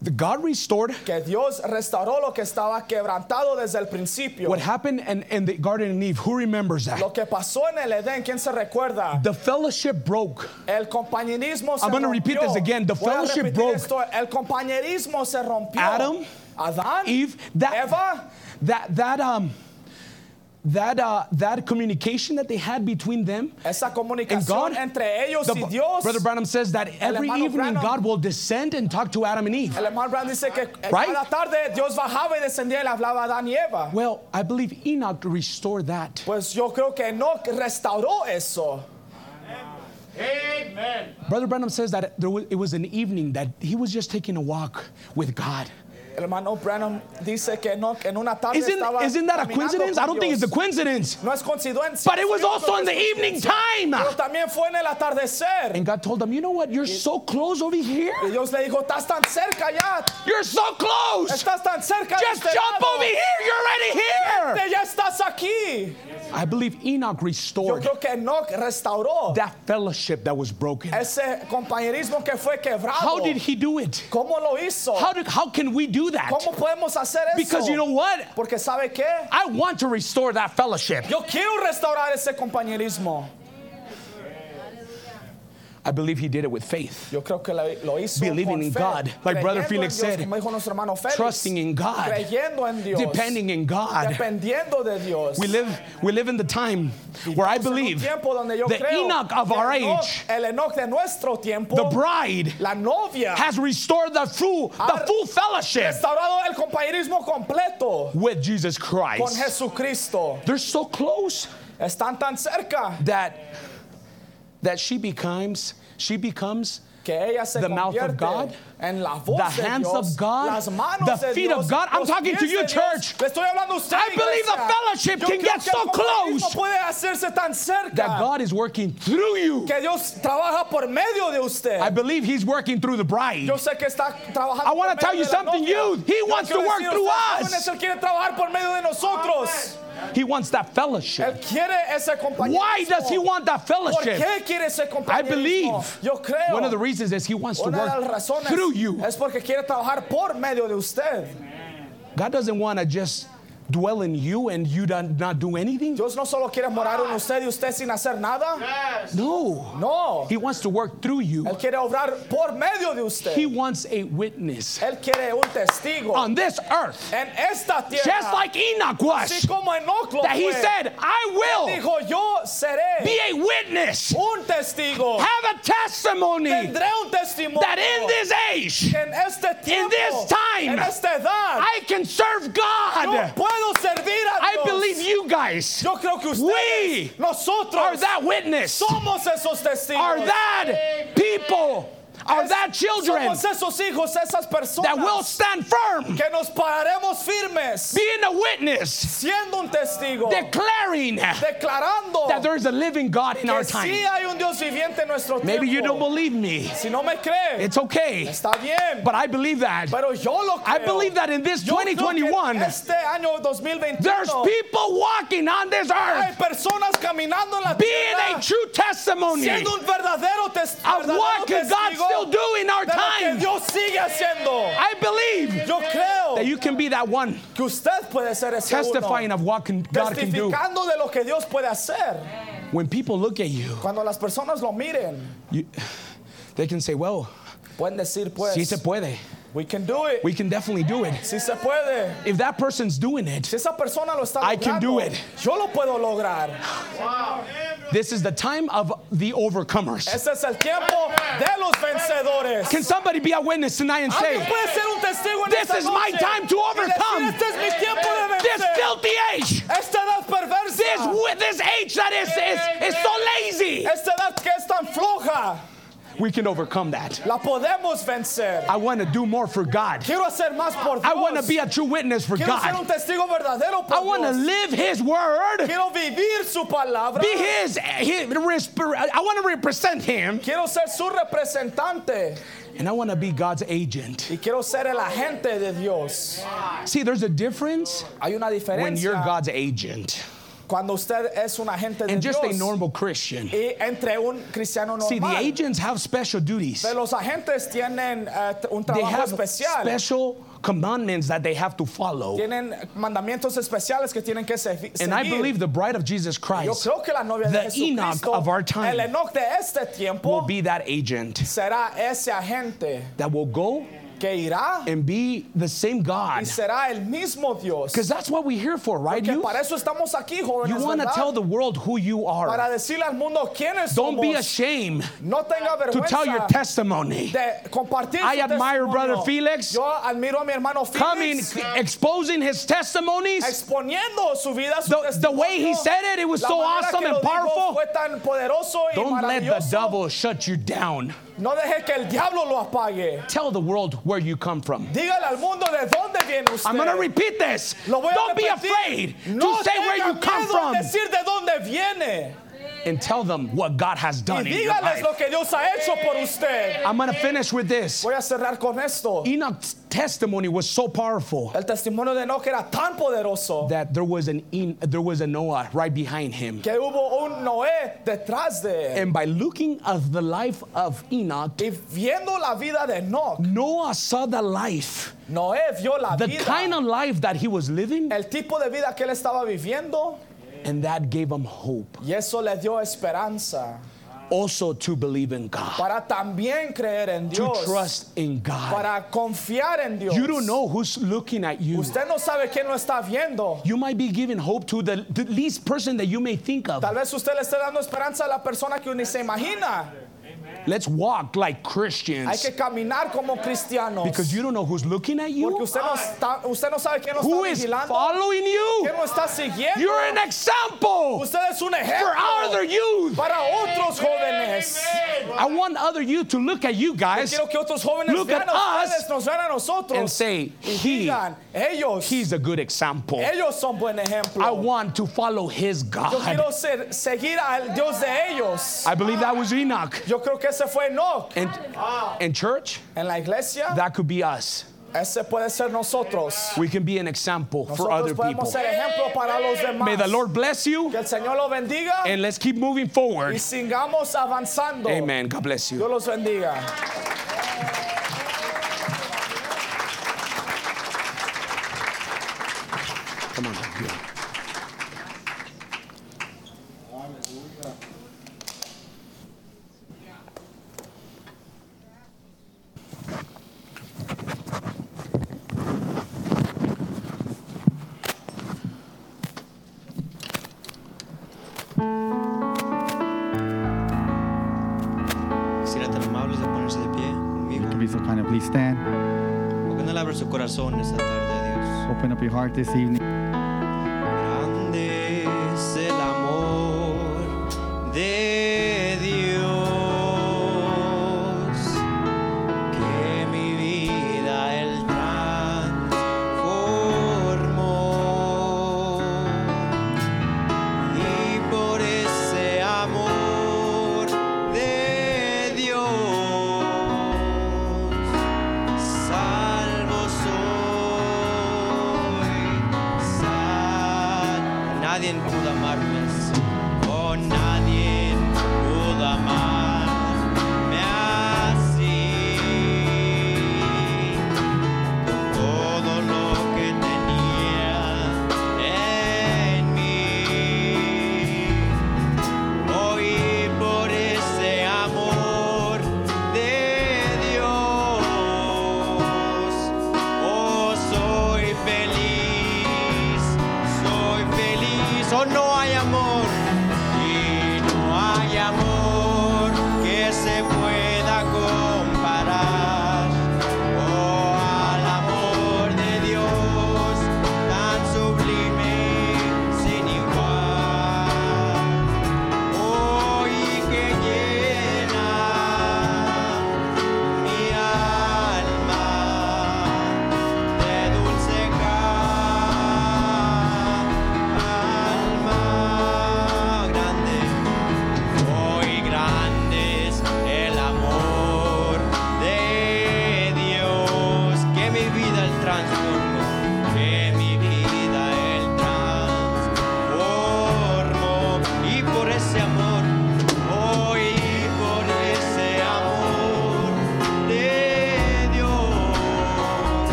Speaker 7: The God restored
Speaker 5: que Dios restauró lo que estaba quebrantado desde el principio.
Speaker 7: what happened in, in the Garden of Eve. Who remembers that?
Speaker 5: Lo que pasó en el Edén, ¿quién se recuerda?
Speaker 7: The fellowship broke.
Speaker 5: El compañerismo se
Speaker 7: I'm gonna
Speaker 5: rompió.
Speaker 7: repeat this again. The
Speaker 5: Voy a
Speaker 7: fellowship
Speaker 5: repetir
Speaker 7: broke.
Speaker 5: esto. El compañerismo se rompió.
Speaker 7: Adam,
Speaker 5: Adán,
Speaker 7: Eve, that
Speaker 5: Eva,
Speaker 7: that that um that uh that communication that they had between them
Speaker 5: esa
Speaker 7: and
Speaker 5: comunicación
Speaker 7: God
Speaker 5: entre ellos
Speaker 7: the-
Speaker 5: y Dios.
Speaker 7: Brother Branham says that every
Speaker 5: hermano
Speaker 7: evening
Speaker 5: Branham-
Speaker 7: God will descend and talk to Adam and Eve.
Speaker 5: el hermano Branham dice que eh,
Speaker 7: Right?
Speaker 5: cada tarde Dios bajaba y descendía y le hablaba a Adán y Eva.
Speaker 7: Well, I believe Enoch restored that.
Speaker 5: Pues yo creo que Enoch restauró eso.
Speaker 6: Amen.
Speaker 7: Brother Branham says that there was, it was an evening that he was just taking a walk with God.
Speaker 5: El hermano Branham dice que Enoch en una tarde
Speaker 7: Isn't,
Speaker 5: estaba
Speaker 7: isn't that a
Speaker 5: caminando
Speaker 7: coincidence?
Speaker 5: con
Speaker 7: I don't think it's a
Speaker 5: Dios.
Speaker 7: coincidence.
Speaker 5: No es coincidencia.
Speaker 7: But it was
Speaker 5: Yo
Speaker 7: also
Speaker 5: creo
Speaker 7: in
Speaker 5: que
Speaker 7: the
Speaker 5: es
Speaker 7: evening
Speaker 5: coincidencia.
Speaker 7: time.
Speaker 5: Pero también fue en el atardecer.
Speaker 7: And God told them, you know what? You're so close over here.
Speaker 5: Y Dios le dijo, estás tan cerca ya,
Speaker 7: You're so close.
Speaker 5: estás tan cerca. de
Speaker 7: Just
Speaker 5: este
Speaker 7: jump
Speaker 5: lado.
Speaker 7: over here. You're already here.
Speaker 5: Vete, Ya estás aquí.
Speaker 7: I believe Enoch
Speaker 5: Yo
Speaker 7: restored
Speaker 5: creo que Enoch restauró
Speaker 7: that fellowship that was broken.
Speaker 5: ese compañerismo que fue quebrado.
Speaker 7: How did he do it?
Speaker 5: ¿Cómo lo hizo?
Speaker 7: How, did, how can we do that?
Speaker 5: ¿Cómo podemos hacer eso?
Speaker 7: Because you know what?
Speaker 5: Porque ¿sabe qué?
Speaker 7: I want to restore that fellowship.
Speaker 5: Yo quiero restaurar ese compañerismo.
Speaker 7: I believe he did it with faith,
Speaker 5: Yo creo que lo- lo hizo
Speaker 7: Believing
Speaker 5: con
Speaker 7: in
Speaker 5: fe,
Speaker 7: God, like Brother
Speaker 5: creyendo
Speaker 7: Felix
Speaker 5: en Dios,
Speaker 7: said,
Speaker 5: como dijo nuestro hermano Félix,
Speaker 7: trusting in God,
Speaker 5: creyendo en Dios,
Speaker 7: depending in God.
Speaker 5: dependiendo de Dios.
Speaker 7: We live, we live in the time where I
Speaker 5: Estamos en un
Speaker 7: believe
Speaker 5: tiempo donde yo
Speaker 7: the
Speaker 5: creo
Speaker 7: Enoch of
Speaker 5: que
Speaker 7: our
Speaker 5: Enoch-
Speaker 7: age,
Speaker 5: el Enoch de nuestro tiempo,
Speaker 7: the bride,
Speaker 5: la novia,
Speaker 7: has restored the full, the
Speaker 5: Ha
Speaker 7: full fellowship
Speaker 5: restaurado el compañerismo completo
Speaker 7: with Jesus
Speaker 5: con
Speaker 7: Christ.
Speaker 5: Jesucristo.
Speaker 7: They're so close
Speaker 5: Están tan cerca
Speaker 7: that that she becomes she becomes
Speaker 5: que ella se
Speaker 7: The mouth of
Speaker 5: convierte
Speaker 7: God,
Speaker 5: en la voz
Speaker 7: the
Speaker 5: de
Speaker 7: hands
Speaker 5: Dios,
Speaker 7: of God,
Speaker 5: las manos
Speaker 7: the
Speaker 5: de
Speaker 7: feet of
Speaker 5: Dios,
Speaker 7: God. I'm
Speaker 5: los
Speaker 7: talking to
Speaker 5: pies
Speaker 7: you,
Speaker 5: de Dios.
Speaker 7: church.
Speaker 5: Le estoy hablando a usted,
Speaker 7: I believe the
Speaker 5: iglesia.
Speaker 7: fellowship
Speaker 5: Yo
Speaker 7: can
Speaker 5: creo
Speaker 7: get
Speaker 5: que
Speaker 7: so
Speaker 5: el compañerismo
Speaker 7: close
Speaker 5: puede hacerse tan cerca
Speaker 7: that God is working through you.
Speaker 5: que Dios trabaja por medio de usted.
Speaker 7: I believe he's working through the bride.
Speaker 5: Yo sé que está trabajando.
Speaker 7: I wanna
Speaker 5: por medio
Speaker 7: tell you
Speaker 5: de la
Speaker 7: something,
Speaker 5: novia.
Speaker 7: youth. He
Speaker 5: Yo
Speaker 7: wants
Speaker 5: quiero
Speaker 7: to work
Speaker 5: decir a
Speaker 7: through
Speaker 5: ustedes,
Speaker 7: us.
Speaker 5: jóvenes, Él quiere trabajar por medio de nosotros.
Speaker 7: He wants that
Speaker 5: Él
Speaker 7: fellowship.
Speaker 5: quiere ese compañerismo.
Speaker 7: Why does he want that
Speaker 5: ¿Por
Speaker 7: fellowship?
Speaker 5: qué quiere ese
Speaker 7: I
Speaker 5: compañerismo?
Speaker 7: believe
Speaker 5: Yo creo.
Speaker 7: one of the reasons is he wants to
Speaker 5: una de las
Speaker 7: work
Speaker 5: razones
Speaker 7: through you.
Speaker 5: es porque quiere trabajar por medio de usted.
Speaker 7: God doesn't want to just dwell in you and you don't, not do anything.
Speaker 5: Dios no solo quiere morar
Speaker 7: Ah.
Speaker 5: en usted y usted sin hacer nada.
Speaker 6: Yes.
Speaker 7: No.
Speaker 5: No.
Speaker 7: He wants to work through you.
Speaker 5: Él quiere obrar por medio de usted.
Speaker 7: He wants a witness
Speaker 5: Él quiere un testigo
Speaker 7: on this earth,
Speaker 5: en esta tierra.
Speaker 7: just like Enoch
Speaker 5: así
Speaker 7: was,
Speaker 5: como Enoch lo
Speaker 7: that he
Speaker 5: fue.
Speaker 7: said, I will
Speaker 5: dijo, yo seré
Speaker 7: be a witness,
Speaker 5: un testigo.
Speaker 7: have a testimony
Speaker 5: Tendré un testimonio.
Speaker 7: that in this age
Speaker 5: que en este tiempo,
Speaker 7: this time,
Speaker 5: en esta edad,
Speaker 7: I can serve
Speaker 5: yo
Speaker 7: God.
Speaker 5: puedo servir a
Speaker 7: I
Speaker 5: Dios.
Speaker 7: believe you guys
Speaker 5: yo creo que ustedes,
Speaker 7: we
Speaker 5: nosotros,
Speaker 7: are that witness,
Speaker 5: somos esos testigos.
Speaker 7: are that people, are that children
Speaker 5: Somos esos hijos, esas personas
Speaker 7: that will stand firm,
Speaker 5: que nos pararemos firmes
Speaker 7: being a witness,
Speaker 5: siendo un testigo,
Speaker 7: declaring that
Speaker 5: declarando
Speaker 7: there is a living God in our
Speaker 5: que sí
Speaker 7: time.
Speaker 5: hay un Dios viviente en nuestro
Speaker 7: Maybe you don't
Speaker 5: tiempo.
Speaker 7: believe me.
Speaker 5: si no me cree,
Speaker 7: It's okay.
Speaker 5: está bien,
Speaker 7: But I believe that.
Speaker 5: pero yo lo creo.
Speaker 7: I believe that in this
Speaker 5: Yo creo que
Speaker 7: 2021,
Speaker 5: este año 2021
Speaker 7: there's people walking on this
Speaker 5: hay
Speaker 7: earth
Speaker 5: personas caminando en la
Speaker 7: being
Speaker 5: tierra
Speaker 7: a true testimony of
Speaker 5: siendo un verdadero tes- verdadero
Speaker 7: what can God
Speaker 5: testigo
Speaker 7: still do in our
Speaker 5: de lo que
Speaker 7: time.
Speaker 5: Dios sigue haciendo.
Speaker 7: I believe
Speaker 5: Yo creo
Speaker 7: that you can be that one
Speaker 5: que usted puede ser ese
Speaker 7: testifying
Speaker 5: uno,
Speaker 7: of what can, God can do.
Speaker 5: testificando de lo que Dios puede hacer.
Speaker 7: When people look at you,
Speaker 5: Cuando las personas lo miren,
Speaker 7: you, they can say, well,
Speaker 5: Pueden decir pues,
Speaker 7: Sí se puede.
Speaker 5: we can do it.
Speaker 7: We can definitely do it.
Speaker 5: si se puede.
Speaker 7: If that person's doing it,
Speaker 5: Si esa persona lo está
Speaker 7: I can
Speaker 5: logrando,
Speaker 7: do it.
Speaker 5: yo lo puedo lograr.
Speaker 7: this is the time of the overcomers.
Speaker 5: Ese es el tiempo de los vencedores.
Speaker 7: Can somebody be a witness tonight and
Speaker 5: Alguien
Speaker 7: say,
Speaker 5: puede ser un testigo en
Speaker 7: This
Speaker 5: esta
Speaker 7: is my
Speaker 5: noche
Speaker 7: time to
Speaker 5: y
Speaker 7: overcome.
Speaker 5: decir, Este es mi tiempo de vencer. Ah.
Speaker 7: this filthy age,
Speaker 5: Esta edad perversa.
Speaker 7: this, wi- this age that is, is, is so lazy,
Speaker 5: Esta edad que es tan floja.
Speaker 7: we can overcome that.
Speaker 5: La podemos vencer.
Speaker 7: I want to do more for God.
Speaker 5: Quiero hacer más por Dios.
Speaker 7: I want to be a true witness for
Speaker 5: Quiero ser un
Speaker 7: God.
Speaker 5: testigo verdadero por
Speaker 7: I want to
Speaker 5: Dios.
Speaker 7: live His word,
Speaker 5: Quiero vivir su palabra.
Speaker 7: be His, his I want to represent Him,
Speaker 5: Quiero ser su representante.
Speaker 7: and I want to be God's agent.
Speaker 5: Y quiero ser el agente de Dios.
Speaker 7: See, there's a difference
Speaker 5: Hay una
Speaker 7: when you're
Speaker 5: diferencia
Speaker 7: God's agent
Speaker 5: cuando usted es un agente de
Speaker 7: and just a
Speaker 5: Dios.
Speaker 7: normal Christian.
Speaker 5: y entre un cristiano
Speaker 7: See, the
Speaker 5: normal.
Speaker 7: agents have special duties.
Speaker 5: Pero los agentes tienen eh, t- un
Speaker 7: They
Speaker 5: trabajo
Speaker 7: have
Speaker 5: especial.
Speaker 7: special commandments that they have to follow.
Speaker 5: tienen mandamientos especiales que tienen que se- seguir.
Speaker 7: And I believe the bride of Jesus
Speaker 5: Yo
Speaker 7: Christ
Speaker 5: creo que la novia de
Speaker 7: the
Speaker 5: Jesucristo,
Speaker 7: Enoch of our time
Speaker 5: el Enoch de este
Speaker 7: will
Speaker 5: tiempo,
Speaker 7: be that agent
Speaker 5: será ese agente
Speaker 7: that will go
Speaker 5: que irá
Speaker 7: and be the same
Speaker 5: y
Speaker 7: God.
Speaker 5: será el mismo Dios.
Speaker 7: Because that's what we're here for, right?
Speaker 5: Que
Speaker 7: You,
Speaker 5: para eso estamos aquí,
Speaker 7: you
Speaker 5: jóvenes,
Speaker 7: want to
Speaker 5: ¿verdad?
Speaker 7: tell the world who you
Speaker 5: para
Speaker 7: are.
Speaker 5: decirle al mundo quiénes
Speaker 7: Don't be
Speaker 5: somos.
Speaker 7: ashamed
Speaker 5: no tenga
Speaker 7: to
Speaker 5: vergüenza
Speaker 7: tell your testimony.
Speaker 5: de compartir
Speaker 7: I
Speaker 5: su
Speaker 7: admire brother
Speaker 5: testimonio.
Speaker 7: Felix.
Speaker 5: Yo admiro a mi hermano
Speaker 7: Coming,
Speaker 5: Felix.
Speaker 7: exposing his testimonies,
Speaker 5: exponiendo su vida, su
Speaker 7: the, the way he
Speaker 5: testimonio.
Speaker 7: said it, it was
Speaker 5: La
Speaker 7: so
Speaker 5: manera que
Speaker 7: awesome
Speaker 5: lo
Speaker 7: and
Speaker 5: dijo
Speaker 7: powerful.
Speaker 5: Fue tan poderoso y
Speaker 7: Don't let the
Speaker 5: maravilloso.
Speaker 7: devil shut you down.
Speaker 5: No deje que el diablo lo apague.
Speaker 7: Tell the world where you come from.
Speaker 5: Dígale al mundo de dónde viene usted.
Speaker 7: I'm going to repeat this.
Speaker 5: Lo voy a
Speaker 7: Don't be
Speaker 5: repetir.
Speaker 7: afraid
Speaker 5: no
Speaker 7: to say where
Speaker 5: tenga
Speaker 7: you come
Speaker 5: miedo en
Speaker 7: from
Speaker 5: decir de dónde viene.
Speaker 7: and tell them what God has
Speaker 5: Y
Speaker 7: done in your
Speaker 5: dígales
Speaker 7: life.
Speaker 5: lo que Dios ha hecho por usted.
Speaker 7: I'm going to finish with this.
Speaker 5: Voy a cerrar con esto.
Speaker 7: Enoch's testimony was so powerful
Speaker 5: El testimonio de Enoch era tan poderoso
Speaker 7: that there was an En- there was a Noah right behind him.
Speaker 5: que hubo un Noé detrás de él.
Speaker 7: And by looking at the life of Enoch,
Speaker 5: Y viendo la vida de Enoch,
Speaker 7: Noah saw the life,
Speaker 5: Noé vio la
Speaker 7: the
Speaker 5: vida,
Speaker 7: kind of life that he was living,
Speaker 5: el tipo de vida que él estaba viviendo
Speaker 7: and that gave him hope
Speaker 5: y eso le dio esperanza
Speaker 7: also to believe in God,
Speaker 5: para también creer en
Speaker 7: to
Speaker 5: Dios,
Speaker 7: trust in God.
Speaker 5: para confiar en Dios.
Speaker 7: You don't know who's looking at you.
Speaker 5: Usted no sabe quién lo está viendo.
Speaker 7: You might be giving hope to the, the least person that you may think of.
Speaker 5: Tal vez usted le esté dando esperanza a la persona que ni se imagina.
Speaker 7: Let's walk like
Speaker 5: Hay
Speaker 7: Christians
Speaker 5: que caminar como cristianos.
Speaker 7: because you don't know who's looking at
Speaker 5: Porque
Speaker 7: you,
Speaker 5: usted no, está- usted no sabe quién lo
Speaker 7: who
Speaker 5: está
Speaker 7: is
Speaker 5: vigilando,
Speaker 7: following you.
Speaker 5: quién lo está siguiendo.
Speaker 7: You're an example
Speaker 5: Usted es un
Speaker 7: for other
Speaker 5: ejemplo
Speaker 7: youth.
Speaker 5: para otros jóvenes.
Speaker 7: I want other youth to look at you guys
Speaker 5: Quiero que otros jóvenes
Speaker 7: Look
Speaker 5: vean
Speaker 7: at
Speaker 5: a
Speaker 7: us
Speaker 5: ustedes, nos vean a
Speaker 7: and
Speaker 5: nosotros.
Speaker 7: say,
Speaker 5: Y
Speaker 7: he,
Speaker 5: digan, ellos,
Speaker 7: he's a good example.
Speaker 5: ellos son buen ejemplo.
Speaker 7: I want to follow his
Speaker 5: Yo
Speaker 7: God.
Speaker 5: quiero ser- seguir al Dios de ellos.
Speaker 7: I believe that
Speaker 5: Ah.
Speaker 7: was Enoch.
Speaker 5: Yo creo que ese fue Enoch.
Speaker 7: And,
Speaker 5: Ah.
Speaker 7: and church,
Speaker 5: En la iglesia,
Speaker 7: that could be us.
Speaker 5: ese puede ser nosotros.
Speaker 7: We can be an example for
Speaker 5: Nosotros
Speaker 7: other
Speaker 5: podemos
Speaker 7: people.
Speaker 5: ser ejemplo para los demás.
Speaker 7: May the Lord bless you
Speaker 5: que el Señor lo bendiga
Speaker 7: and let's keep moving
Speaker 5: y
Speaker 7: forward.
Speaker 5: sigamos avanzando.
Speaker 7: Amen. God bless you.
Speaker 5: Dios los bendiga.
Speaker 7: Come on. yeah.
Speaker 8: Quisiera tan amables de ponerse de pie conmigo.
Speaker 1: If you so kind of please stand,
Speaker 8: ¿Por qué no le abre su corazón esta tarde, Dios?
Speaker 1: open up your heart this evening.
Speaker 8: Grande es el amor de Dios. Que mi vida Él transformó. Y por ese amor de Dios. Salvo soy, sal- nadie pudo amarme así, oh nadie pudo amarme así. Todo lo que tenía en mí. Hoy por ese amor de Dios oh, Oh, no hay amor, y no hay amor que se pueda comparar. Oh, al amor de Dios, tan sublime, sin igual. Oh, y que llena mi alma de dulce calma grande. Hoy oh, oh, oh, Oh, Oh, oh, Oh, Oh, Oh, Oh, Oh, Oh, Oh, Oh,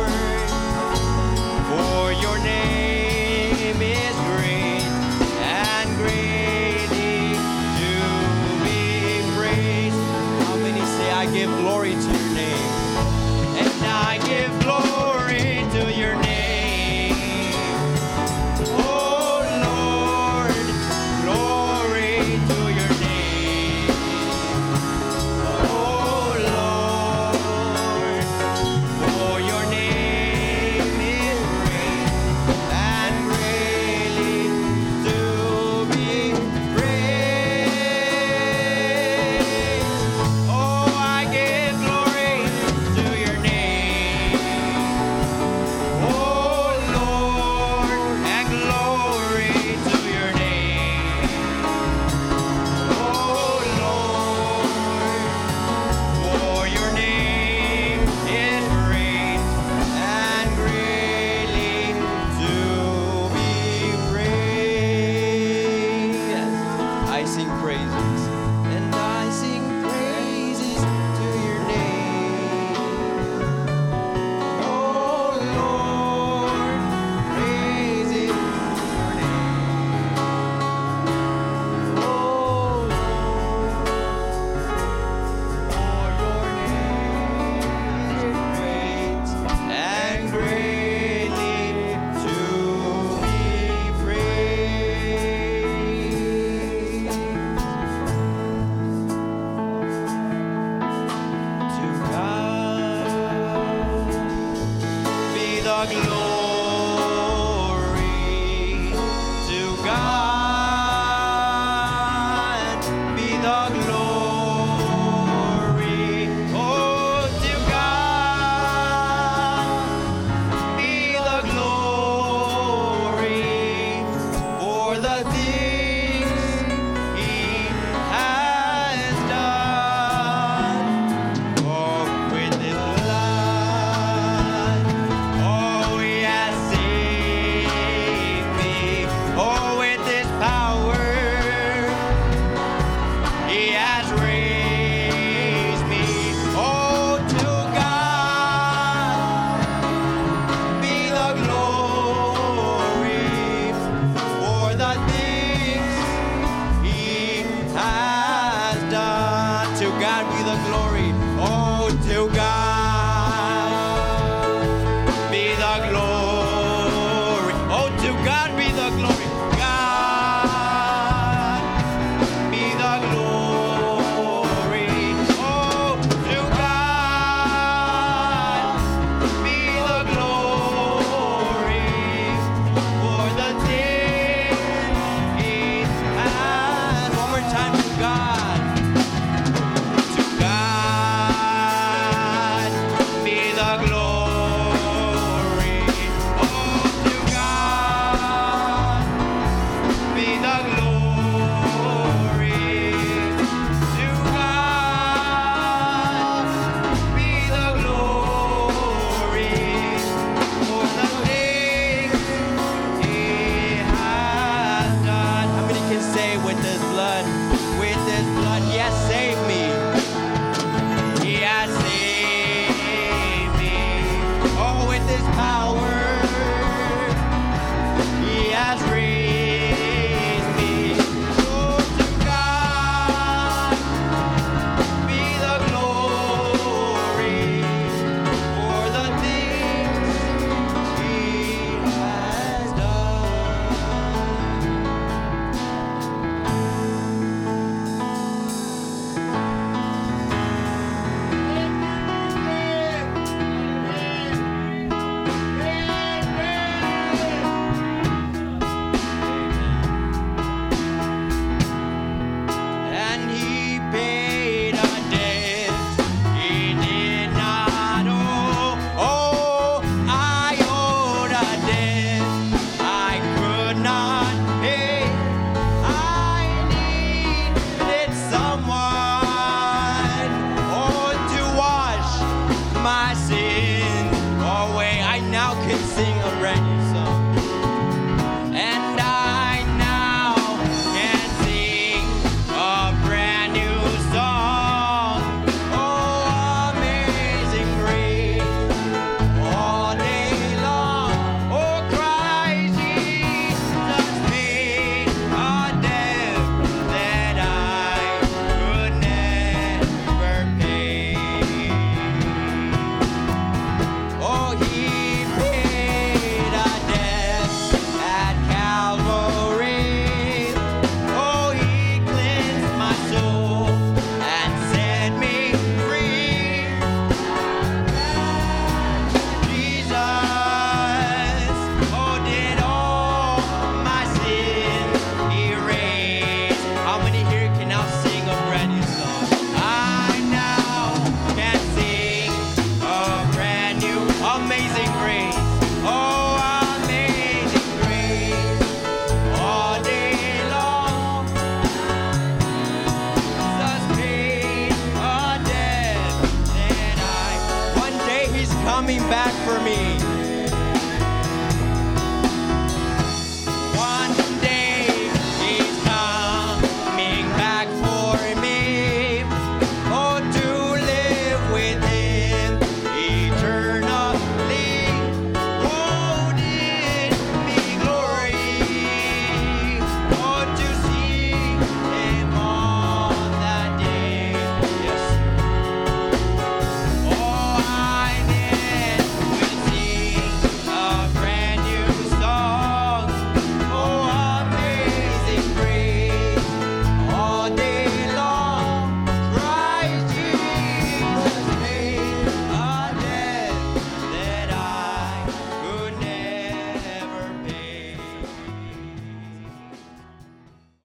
Speaker 8: Oh, Oh, Oh, Oh, Oh, Oh, Oh, Oh, Oh. Oh, Oh, Oh, Oh, Oh, Oh, Oh, Oh, Oh, sing praises. And I sing praises to your name. Oh Lord, praises to your name. Oh Lord, for your name is great and greatly to be praised. To God be the glory. To God be the glory. Oh, to God be the glory for the things He has done. Walk with His blood. Oh, He has saved me. Oh, with His power, He has raised me. Oh, to God be the glory for the things he has done. To God be the glory. Oh, to God be the glory. Oh, to God be the glory. God be the glory. Oh, to God be the glory for the things he has. One more time to God. To God be the glory. Oh, to God be the glory. To God be the glory for the things he has done. How many can say with his blood, with his blood, he has saved me. He has saved me. Oh, with his power, he has raised me. Oh, to God be the glory for the things he has done. And he paid a debt he did not owe. Oh, I owed a debt I could not pay. I needed someone, oh, to wash my sins away. I now can sing a brand new song. And I now can sing a brand new song. Oh, amazing grace, all day long. Oh, Christ Jesus paid a debt that I could never pay. Oh, he paid a debt at Calvary. Oh, he cleansed my soul and set me free. Jesus, oh, did all my sins erase? How many here can now sing a brand new song? I now can sing a brand new, amazing grace. Oh, amazing grace, all day long. Jesus paid a debt that I. One day he's coming back Oh, Oh,